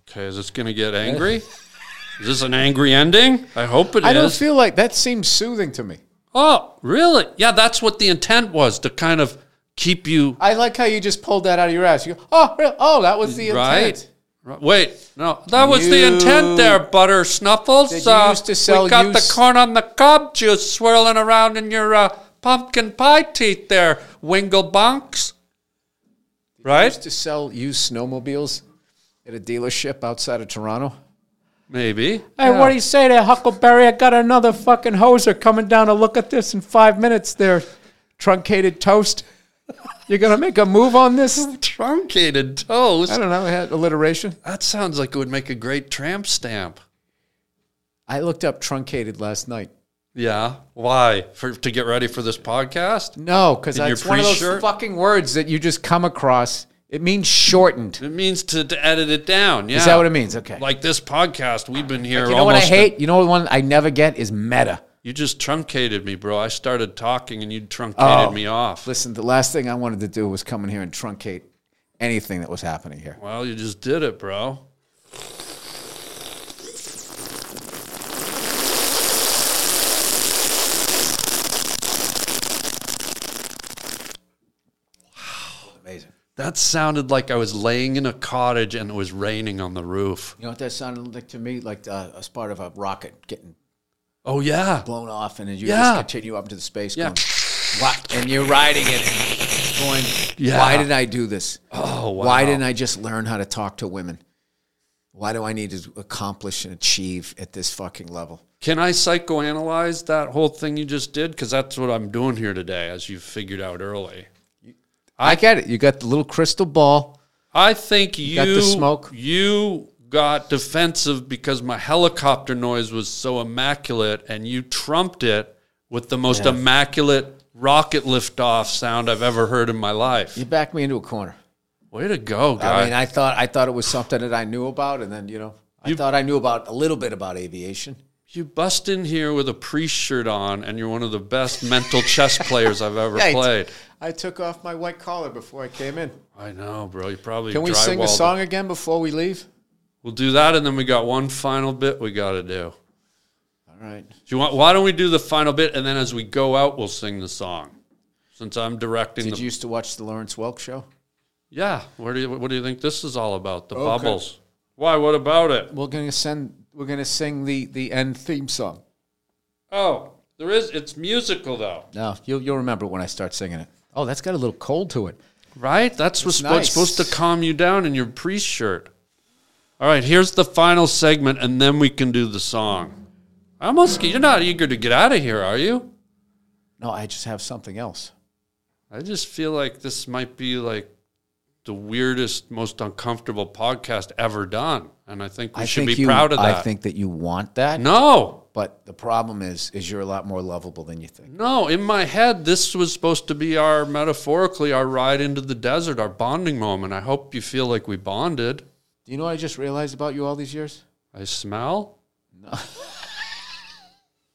S5: Okay, is this gonna get angry? is this an angry ending? I hope it is.
S2: I don't feel like that seems soothing to me.
S5: oh, really? Yeah, that's what the intent was to kind of keep you.
S2: I like how you just pulled that out of your ass. You go, oh, real- oh, that was the intent.
S5: Right. Wait, no, that was the
S2: You-
S5: intent there, Butter Snuffles. Uh,
S2: Did you used to sell
S5: we got
S2: used-
S5: the corn on the cob juice swirling around in your uh, pumpkin pie teeth there, Wingle Bonks. Right?
S2: Used to sell used snowmobiles at a dealership outside of Toronto.
S5: Maybe.
S2: Hey, what do you say there, Huckleberry? I got another fucking hoser coming down to look at this in five minutes. There, truncated toast. You're gonna make a move on this?
S5: Truncated toes.
S2: I don't know. I had alliteration.
S5: That sounds like it would make a great tramp stamp.
S2: I looked up truncated last night.
S5: Yeah. Why? For to get ready for this podcast?
S2: No, because
S5: In your
S2: that's one of those
S5: pre-shirt?
S2: fucking words that you just come across. It means shortened.
S5: It means to, to edit it down. Yeah.
S2: Is that what it means? Okay.
S5: Like this podcast, we've been here
S2: you know what I
S5: almost.
S2: hate? you know what one I never get is meta.
S5: you just truncated me, bro. I started talking and you truncated
S2: Oh.
S5: me off.
S2: Listen, the last thing I wanted to do was come in here and truncate anything that was happening here.
S5: Well, you just did it, bro.
S2: Amazing.
S5: That sounded like I was laying in a cottage and it was raining on the roof.
S2: You know what that sounded like to me? Like uh, as part of a rocket getting
S5: Oh yeah.
S2: blown off, and then you
S5: Yeah.
S2: just continue up into the space.
S5: Yeah.
S2: Going, what? And you're riding it, going,
S5: Yeah.
S2: why did I do this?
S5: Oh wow.
S2: Why didn't I just learn how to talk to women? Why do I need to accomplish and achieve at this fucking level?
S5: Can I psychoanalyze that whole thing you just did? Because that's what I'm doing here today, as you figured out early.
S2: I get it. You got the little crystal ball.
S5: I think you
S2: got the smoke?
S5: You got defensive because my helicopter noise was so immaculate, and you trumped it with the most immaculate rocket liftoff sound I've ever heard in my life.
S2: You backed me into a corner.
S5: Way to go, guy!
S2: I mean, I thought I thought it was something that I knew about, and then you know, I thought I knew about a little bit about aviation.
S5: you bust in here with a priest shirt on, and you're one of the best mental chess players I've ever
S2: Right.
S5: played.
S2: I took off my white collar before I came in.
S5: I know, bro. You probably
S2: Can we sing the
S5: drywalled it.
S2: song again before we leave?
S5: We'll do that, and then we got one final bit we got to do.
S2: All right.
S5: Do you want? Why don't we do the final bit, and then as we go out, we'll sing the song. Since I'm directing
S2: Did
S5: the
S2: you used to watch the Lawrence Welk show?
S5: yeah, what do you what do you think this is all about? The bubbles. Why? What about it?
S2: We're gonna send. We're gonna sing the the end theme song.
S5: Oh, there is. It's musical though,
S2: No, you'll you'll remember when I start singing it. Oh, that's got a little cold to it.
S5: right? That's what's,
S2: nice.
S5: what's supposed to calm you down in your priest shirt. All right, here's the final segment, and then we can do the song. I almost you're not eager to get out of here, are you?
S2: No, I just have something else.
S5: I just feel like this might be like the weirdest, most uncomfortable podcast ever done, and I think we
S2: I
S5: should
S2: think
S5: be
S2: you,
S5: proud of that.
S2: I think that you want that.
S5: no,
S2: But the problem is, is you're a lot more lovable than you think.
S5: no. In my head, this was supposed to be our metaphorically our ride into the desert, our bonding moment. I hope you feel like we bonded.
S2: Do you know what I just realized about you all these years?
S5: I smell. No.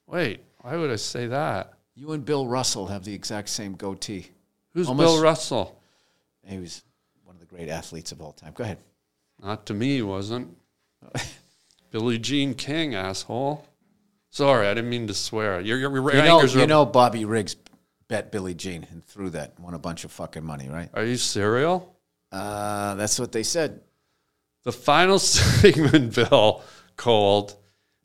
S5: Wait, why would I say that?
S2: You and Bill Russell have the exact same goatee.
S5: Who's
S2: Almost-
S5: Bill Russell?
S2: He was one of the great athletes of all time. Go ahead.
S5: Not to me, he wasn't. Billie Jean King, asshole. Sorry, I didn't mean to swear. Your, your, your
S2: You know,
S5: anchors are
S2: you
S5: up-
S2: know Bobby Riggs bet Billie Jean and threw that and won a bunch of fucking money, right?
S5: Are you serial?
S2: Uh, that's what they said.
S5: The final Sigmundville cold.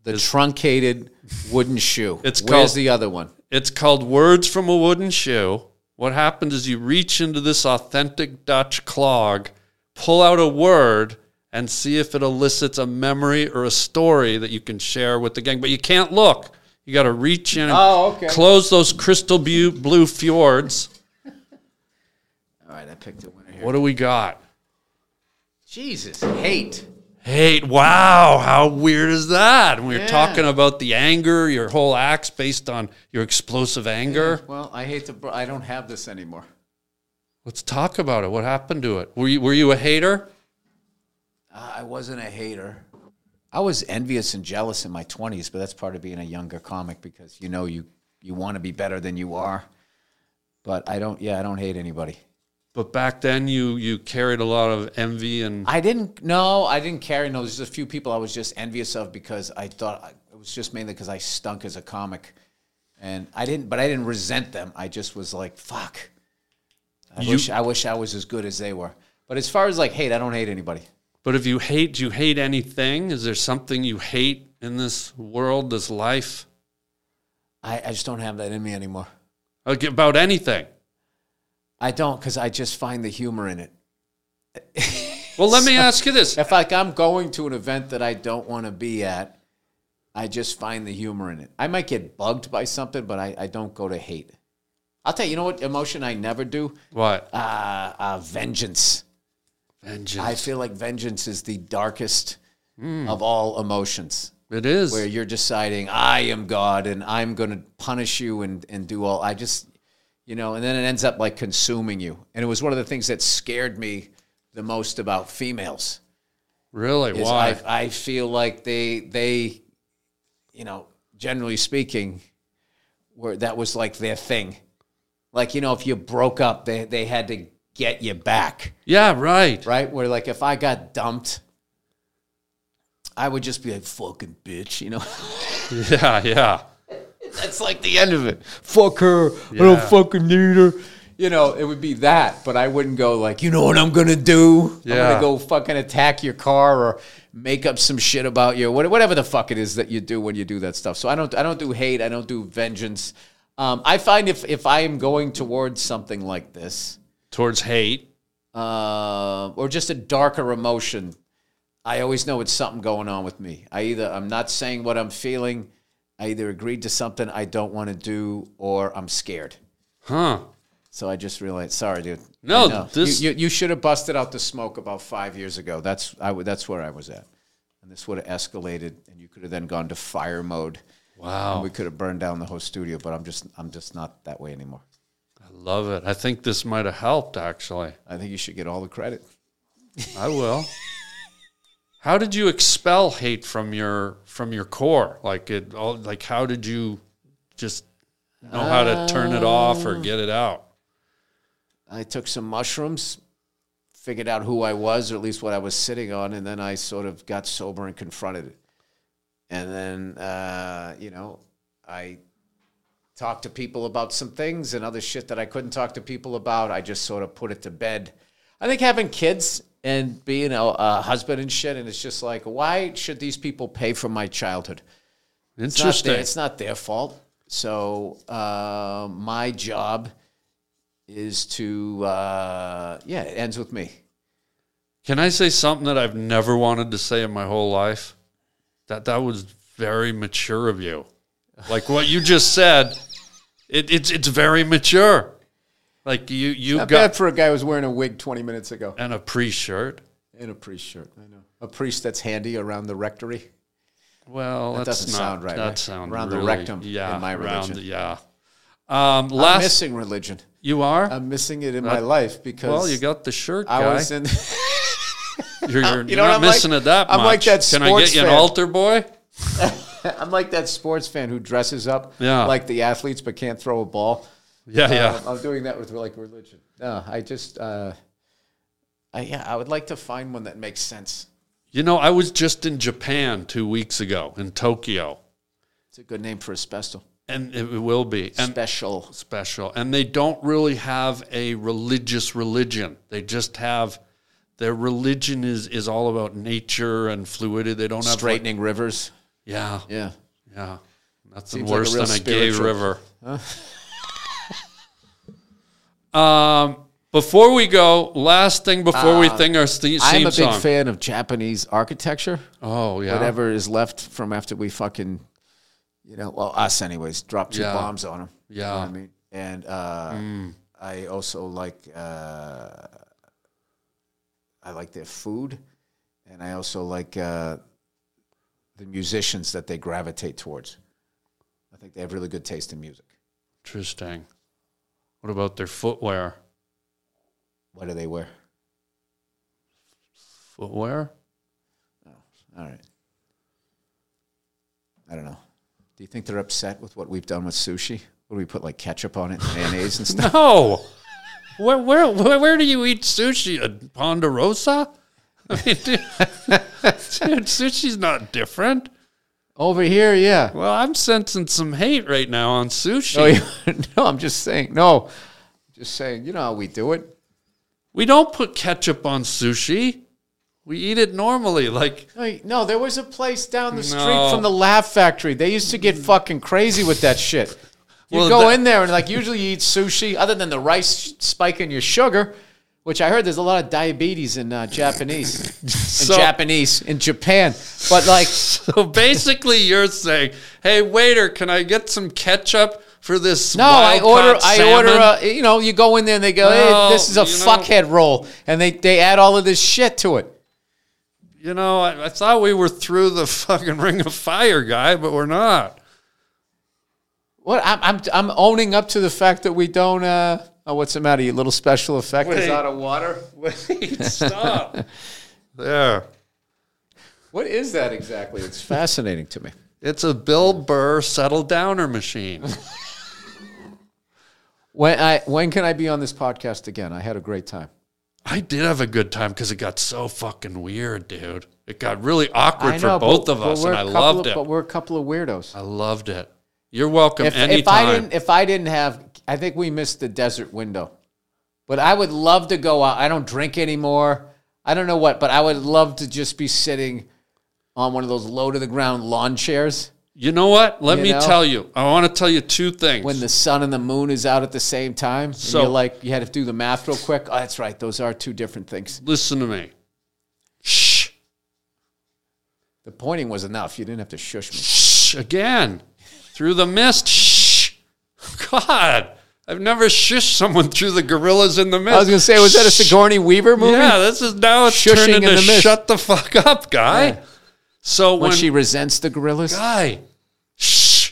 S2: The truncated wooden shoe.
S5: It's
S2: Where's
S5: called-
S2: the other one?
S5: It's called Words from a Wooden Shoe. What happened is you reach into this authentic Dutch clog, pull out a word, and see if it elicits a memory or a story that you can share with the gang. But you can't look. You got to reach in and
S2: Oh, okay.
S5: close those crystal bu- blue fjords.
S2: All right, I picked the winner here.
S5: What do we got?
S2: Jesus, hate.
S5: Hate. Wow, how weird is that? And we were
S2: Yeah.
S5: talking about the anger, your whole acts based on your explosive anger.
S2: Well, I hate to. br- I don't have this anymore.
S5: Let's talk about it. What happened to it? Were you, were you a hater?
S2: Uh, I wasn't a hater. I was envious and jealous in my twenties, but that's part of being a younger comic because you know you you want to be better than you are. But I don't. Yeah, I don't hate anybody.
S5: But back then, you you carried a lot of envy and
S2: I didn't. No, I didn't carry. No, there's just a few people I was just envious of because I thought it was just mainly because I stunk as a comic, and I didn't. But I didn't resent them. I just was like, fuck. I wish I wish I was as good as they were. But as far as like hate, I don't hate anybody.
S5: but if you hate, do you hate anything? Is there something you hate in this world, this life,
S2: I, I just don't have that in me anymore.
S5: like about anything?
S2: I don't because I just find the humor in it.
S5: Well, let me ask you this:
S2: If like I'm going to an event that I don't want to be at, I just find the humor in it. I might get bugged by something, but I, I don't go to hate. I'll tell you, you know what emotion I never do?
S5: What
S2: Uh, uh, vengeance.
S5: vengeance?
S2: I feel like vengeance is the darkest of all emotions.
S5: it is.
S2: where you're deciding I am God and I'm going to punish you and and do all I just you know and then it ends up like consuming you and it was one of the things that scared me the most about females
S5: really?
S2: is
S5: Why?
S2: I, I feel like they they you know generally speaking were that was like their thing like you know if you broke up they they had to get you back
S5: yeah, right.
S2: right? Where like if I got dumped, I would just be like fucking bitch, you know.
S5: Yeah, yeah.
S2: That's like the end of it. Fuck her. I don't fucking need her. You know, it would be that, but I wouldn't go like, you know what I'm gonna do? I'm
S5: Yeah.
S2: gonna go fucking attack your car or make up some shit about you, what- whatever the fuck it is that you do when you do that stuff. So I don't, I don't do hate. I don't do vengeance. Um, I find if if I am going towards something like this,
S5: Towards hate.
S2: uh, or just a darker emotion, I always know it's something going on with me. I either I'm not saying what I'm feeling, I either agreed to something I don't want to do, or I'm scared.
S5: Huh.
S2: So I just realized, sorry, dude.
S5: No,
S2: I know.
S5: this-
S2: you, you, you should have busted out the smoke about five years ago. That's I w- that's where I was at, and this would have escalated, and you could have then gone to fire mode.
S5: Wow.
S2: and we could have burned down the whole studio. But I'm just I'm just not that way anymore.
S5: I love it. I think this might have helped actually.
S2: I think you should get all the credit.
S5: I will. how did you expel hate from your from your core? Like it all like how did you just know how to turn it off or get it out?
S2: I took some mushrooms, figured out who I was, or at least what I was sitting on, and then I sort of got sober and confronted it. And then, uh, you know, I talked to people about some things and other shit that I couldn't talk to people about. I just sort of put it to bed. I think having kids and being a, a husband and shit, and it's just like, why should these people pay for my childhood? It's not
S5: Interesting.
S2: their, it's not their fault. So uh, my job is to uh, yeah, it ends with me.
S5: Can I say something that I've never wanted to say in my whole life? That that was very mature of you. Like what you just said, it, it's it's very mature. Like you you
S2: Not
S5: got
S2: bad for a guy who was wearing a wig 20 minutes ago
S5: and a pre shirt.
S2: and a priest shirt. I know a priest that's handy around the rectory.
S5: Well, that
S2: doesn't sound right,
S5: That
S2: right?
S5: sound
S2: Around the
S5: really-
S2: rectum in
S5: Yeah,
S2: my
S5: around
S2: religion.
S5: the- yeah. Um, last
S2: I'm missing religion.
S5: you are.
S2: I'm missing it in my life because
S5: well, you got the shirt,
S2: I
S5: guy.
S2: was in.
S5: you're you're,
S2: you
S5: you're
S2: know what
S5: not
S2: I'm like?
S5: missing it that much.
S2: I'm like that
S5: Can I
S2: sports
S5: get you an
S2: fan.
S5: altar boy?
S2: I'm like that sports fan who dresses up
S5: Yeah.
S2: like the athletes but can't throw a ball.
S5: Yeah, yeah.
S2: Um, I'm doing that with like religion. No, I just, uh, I, yeah, I would like to find one that makes sense.
S5: You know, I was just in Japan two weeks ago in Tokyo,
S2: It's a good name for a special.
S5: and it will be and
S2: special.
S5: special. And they don't really have a religious religion. They just have Their religion is is all about nature and fluidity. They don't have like-
S2: Straightening rivers.
S5: yeah, yeah,
S2: Yeah.
S5: Nothing
S2: Seems like a
S5: worse
S2: real
S5: than a
S2: spiritual-
S5: gay river. um, before we go, last thing before we think our th- theme
S2: I'm a big
S5: song.
S2: fan of Japanese architecture.
S5: Oh yeah,
S2: Whatever is left from after we fucking, you know, well, us anyways, drop two
S5: Yeah.
S2: bombs on them.
S5: Yeah. Mm.
S2: I mean, and uh, I also like, uh, I like their food, and I also like uh, the musicians that they gravitate towards. I think they have really good taste in music.
S5: Interesting. What about their footwear?
S2: What do they wear?
S5: Footwear?
S2: All right. I don't know. Do you think they're upset with what we've done with sushi? What do we put like ketchup on it, and mayonnaise and stuff?
S5: No. Where, where where where do you eat sushi at Ponderosa? I mean, dude, dude, sushi's not different.
S2: Over here, yeah.
S5: Well, I'm sensing some hate right now on sushi.
S2: No, you- no, I'm just saying. No, I'm just saying. You know how we do it.
S5: We don't put ketchup on sushi. We eat it normally. Like
S2: Hey, No, there was a place down the street
S5: No.
S2: from the Laugh Factory. They used to get fucking crazy with that shit. You
S5: Well,
S2: go
S5: that-
S2: in there and like usually you eat sushi, other than the rice spiking your sugar, which I heard there's a lot of diabetes in uh, Japanese, in Japanese in Japan. But like,
S5: so basically you're saying, "Hey waiter, can I get some ketchup for this
S2: No, I order. I order. A, you know, you go in there and they go,
S5: No,
S2: "Hey, this is a
S5: you know-
S2: fuckhead roll," and they they add all of this shit to it.
S5: You know, I, I thought we were through the fucking ring of fire guy, but we're not.
S2: What I'm I'm, I'm owning up to the fact that we don't. Uh, oh, what's the matter? Your little special effect is
S5: Wait.
S2: out of water.
S5: Wait, stop. there.
S2: What is that exactly? It's fascinating to me.
S5: It's a Bill Burr settle downer machine.
S2: When I when can I be on this podcast again? I had a great time.
S5: I did have a good time because it got so fucking weird, dude. It got really awkward
S2: I know,
S5: for both
S2: but-
S5: of
S2: but
S5: us,
S2: we're
S5: and
S2: a
S5: I
S2: couple
S5: loved
S2: of-
S5: it.
S2: But we're a couple of weirdos.
S5: I loved it. You're welcome
S2: if,
S5: anytime.
S2: if I didn't if I didn't have I think we missed the desert window. But I would love to go out. I don't drink anymore. I don't know what, but I would love to just be sitting on one of those low to the ground lawn chairs
S5: you know what? Let
S2: You
S5: me
S2: know?
S5: tell you. I want to tell you two things.
S2: when the sun and the moon is out at the same time. And
S5: So-
S2: you're like you had to do the math real quick. Oh, that's right. Those are two different things.
S5: Listen to me. Shh.
S2: The pointing was enough. You didn't have to shush me.
S5: Shh. Again. Through the mist. Shh. God. I've never shushed someone through the gorillas in the mist.
S2: I was gonna say, was that a
S5: Shh.
S2: Sigourney Weaver movie?
S5: Yeah, this is now it's
S2: Shushing
S5: turned
S2: in
S5: into
S2: the mist.
S5: shut the fuck up, guy. So
S2: When
S5: when,
S2: she resents the gorillas.
S5: guy, shh,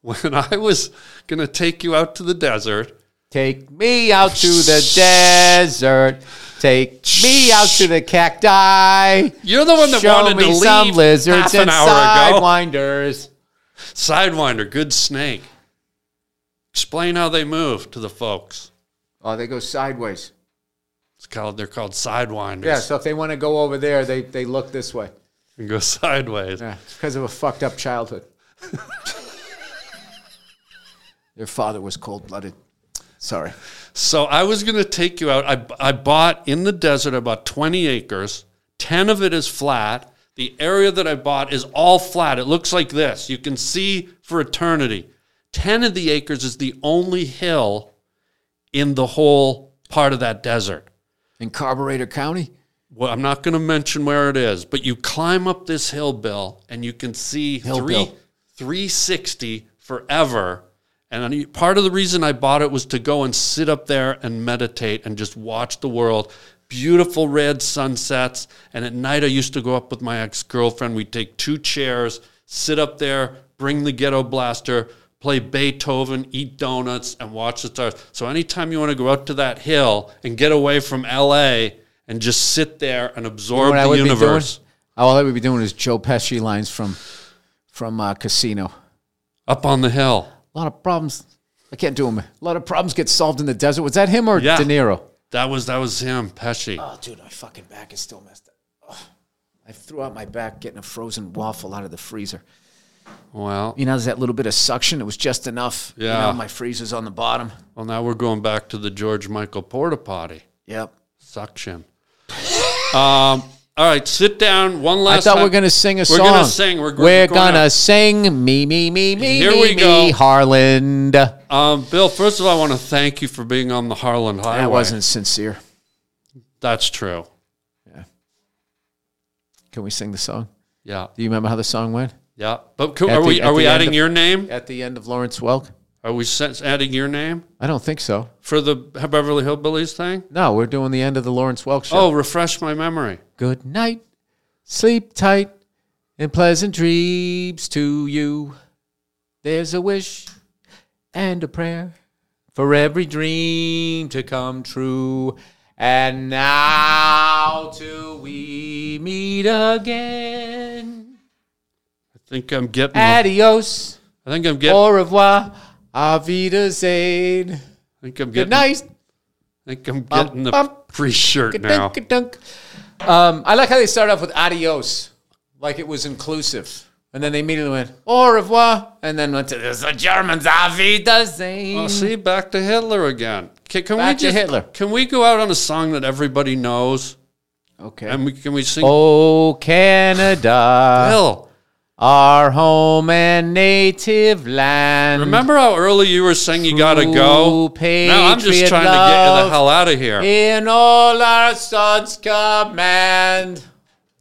S5: when I was gonna take you out to the desert,
S2: Take me out to the desert. Take me out to the cacti.
S5: you're the one that
S2: Show
S5: wanted
S2: me
S5: to leave
S2: some lizards
S5: half an
S2: and
S5: hour ago.
S2: sidewinders.
S5: Sidewinder, good snake. Explain how they move to the folks.
S2: Oh, they go sideways.
S5: It's called they're called sidewinders.
S2: Yeah, so if they want to go over there, they, they look this way.
S5: and go sideways.
S2: Yeah, it's because of a fucked up childhood. Their father was cold blooded. Sorry.
S5: So I was going to take you out. I, I bought in the desert, I bought 20 acres. 10 of it is flat. The area that I bought is all flat. It looks like this. You can see for eternity. 10 of the acres is the only hill in the whole part of that desert.
S2: In Carburetor County?
S5: Well, I'm not going to mention where it is, but you climb up this hill, Bill, and you can see three,
S2: Bill.
S5: 360 forever. And I knew- part of the reason I bought it was to go and sit up there and meditate and just watch the world. Beautiful red sunsets. And at night, I used to go up with my ex girlfriend. We'd take two chairs, sit up there, bring the ghetto blaster, play Beethoven, eat donuts, and watch the stars. So anytime you want to go out to that hill and get away from LA and just sit there and absorb
S2: What I
S5: the
S2: would be
S5: universe.
S2: doing? All I would be doing is Joe Pesci lines from, from uh, Casino.
S5: Up on the hill.
S2: A lot of problems. I can't do them. A lot of problems get solved in the desert. Was that him or
S5: Yeah.
S2: De Niro?
S5: That was that was him, Pesci.
S2: Oh, dude, my fucking back is still messed up. Ugh. I threw out my back getting a frozen waffle out of the freezer.
S5: Well,
S2: You know, there's that little bit of suction. It was just enough.
S5: Yeah.
S2: You know, my freezer's on the bottom.
S5: well, now we're going back to the George Michael porta potty
S2: Yep.
S5: suction. Um, All right, sit down. One
S2: I
S5: last.
S2: thought
S5: time.
S2: we're gonna sing a
S5: We're
S2: song.
S5: gonna sing. We're, go-
S2: We're
S5: going
S2: gonna
S5: out.
S2: sing. Me, me, me, me,
S5: Here
S2: me,
S5: we
S2: me,
S5: go.
S2: Harland. That
S5: Um, Bill, first of all, I want to thank you for being on the Harlan Highway.
S2: wasn't sincere.
S5: That's true.
S2: Can we sing the song?
S5: Yeah,
S2: Do you remember how the song went?
S5: yeah. But co-
S2: At
S5: are
S2: the-
S5: we
S2: at
S5: are we
S2: the end
S5: adding
S2: of-
S5: your name?
S2: At the end of Lawrence Welk?
S5: Are we sen- adding your name
S2: I don't think so.
S5: for the Beverly Hillbillies thing?
S2: No, we're doing the end of the Lawrence Welk show.
S5: Oh, refresh my memory.
S2: Good night, sleep tight, and pleasant dreams to you. There's a wish and a prayer for every dream to come true. And now till we meet again.
S5: I think I'm getting. I
S2: Adios,
S5: think I'm getting. I
S2: au revoir, avida zayn.
S5: think I'm
S2: Good
S5: getting. I
S2: night.
S5: think I'm getting the
S2: bump.
S5: free shirt now.
S2: Ka-dunk, ka-dunk. Um, I like how they start off with adios, like it was inclusive. And then they immediately went, au revoir. And then went to the Germans, auf Wiedersehen.
S5: Oh, see, back to Hitler again. Can, can
S2: Back
S5: we
S2: to
S5: just,
S2: Hitler.
S5: Can we go out on a song that everybody knows?
S2: Okay.
S5: And we can we sing?
S2: oh, uh, Canada,
S5: Bill,
S2: our home and native land.
S5: remember how early you were saying you gotta go?
S2: True
S5: Now I'm just
S2: patriot
S5: trying to get you the
S2: love.
S5: hell out of here.
S2: In all our sons command.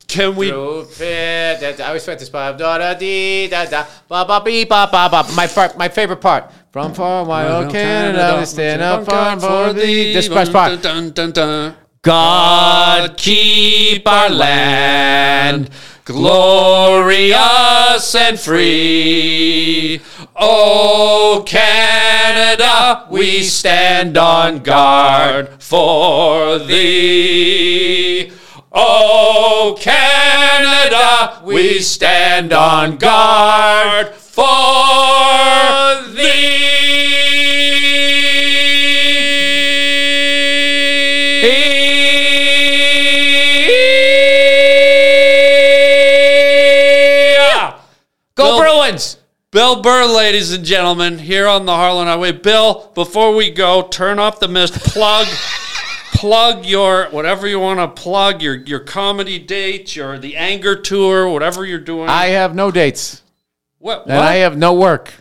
S5: Can we?
S2: True fear that- I always fight this part. Da da dee da da ba ba bee ba ba ba. My part, my favorite part. From far away, oh Canada, we stand up firm for thee. This first part.
S5: Dun, dun, dun, dun.
S2: God keep our land glorious and free.
S5: Oh Canada, we stand on guard for thee. Oh Canada, we stand on guard for thee.
S2: Go
S5: Bill-
S2: Bruins!
S5: Bill Burr, ladies and gentlemen, here on the Harlan Highway. Bill, before we go, turn off the mist. Plug, plug your whatever you want to plug your your comedy dates, your the anger tour, whatever you're doing.
S2: I have no dates,
S5: what,
S2: and
S5: what?
S2: I have no work,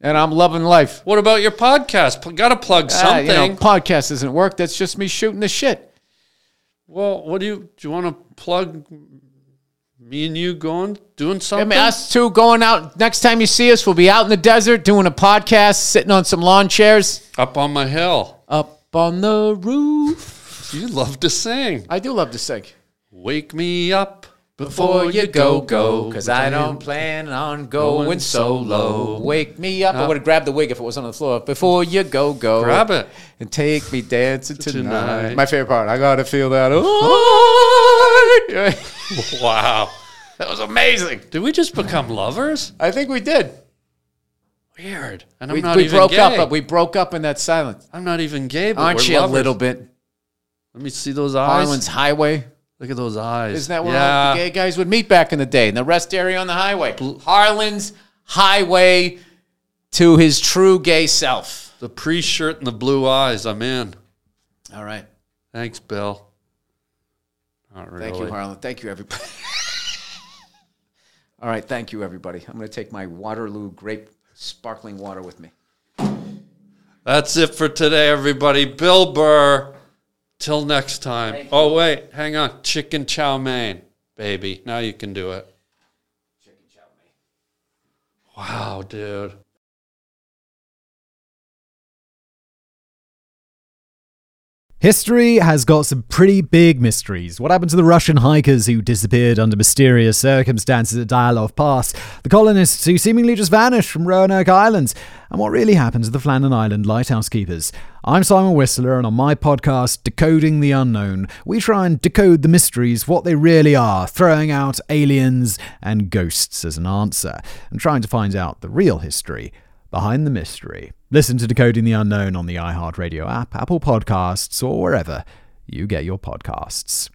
S2: and I'm loving life.
S5: What about your podcast? Pl- Got to plug
S2: Ah,
S5: something.
S2: you know, podcast isn't work. That's just me shooting the shit.
S5: well, what do you do? You want to plug me and you going doing
S2: I
S5: something?
S2: mean, us two going out. Next time you see us, we'll be out in the desert doing a podcast, sitting on some lawn chairs,
S5: Up on my hill.
S2: up on the roof.
S5: You love to sing.
S2: I do love to sing.
S5: Wake me up
S2: Before you go, go, because I don't plan on going solo. Wake me up. I would have grabbed the wig if it was on the floor. Before you go, go.
S5: Grab it.
S2: And take me dancing tonight.
S5: Tonight.
S2: My favorite part. I got to feel that. Ooh.
S5: Wow.
S2: that was amazing.
S5: Did we just become lovers?
S2: I think we did.
S5: Weird. And I'm
S2: We,
S5: not
S2: we
S5: even
S2: broke
S5: gay.
S2: up. But we broke up in that silence.
S5: I'm not even gay. But
S2: Aren't
S5: we're
S2: you a
S5: lovers.
S2: little bit?
S5: Let me see those eyes.
S2: Islands Highway.
S5: Look at those eyes.
S2: Isn't that where all
S5: yeah.
S2: the gay guys would meet back in the day? In the rest area on the highway. Harlan's highway to his true gay self.
S5: The pre-shirt and the blue eyes. I'm in.
S2: All right.
S5: Thanks, Bill. Not really.
S2: Thank you, Harlan. Thank you, everybody. all right. Thank you, everybody. I'm going to take my Waterloo grape sparkling water with me.
S5: That's it for today, everybody. Bill Burr. Till next time. Oh wait, hang on. Chicken chow mein, baby. Now you can do it. Chicken chow mein. Wow, dude.
S7: History has got some pretty big mysteries. What happened to the Russian hikers who disappeared under mysterious circumstances at Dialov Pass? The colonists who seemingly just vanished from Roanoke Island? And what really happened to the Flannan Island lighthouse keepers? I'm Simon Whistler, and on my podcast, Decoding the Unknown, we try and decode the mysteries, what they really are, throwing out aliens and ghosts as an answer, and trying to find out the real history behind the mystery. Listen to Decoding the Unknown on the iHeartRadio app, Apple Podcasts, or wherever you get your podcasts.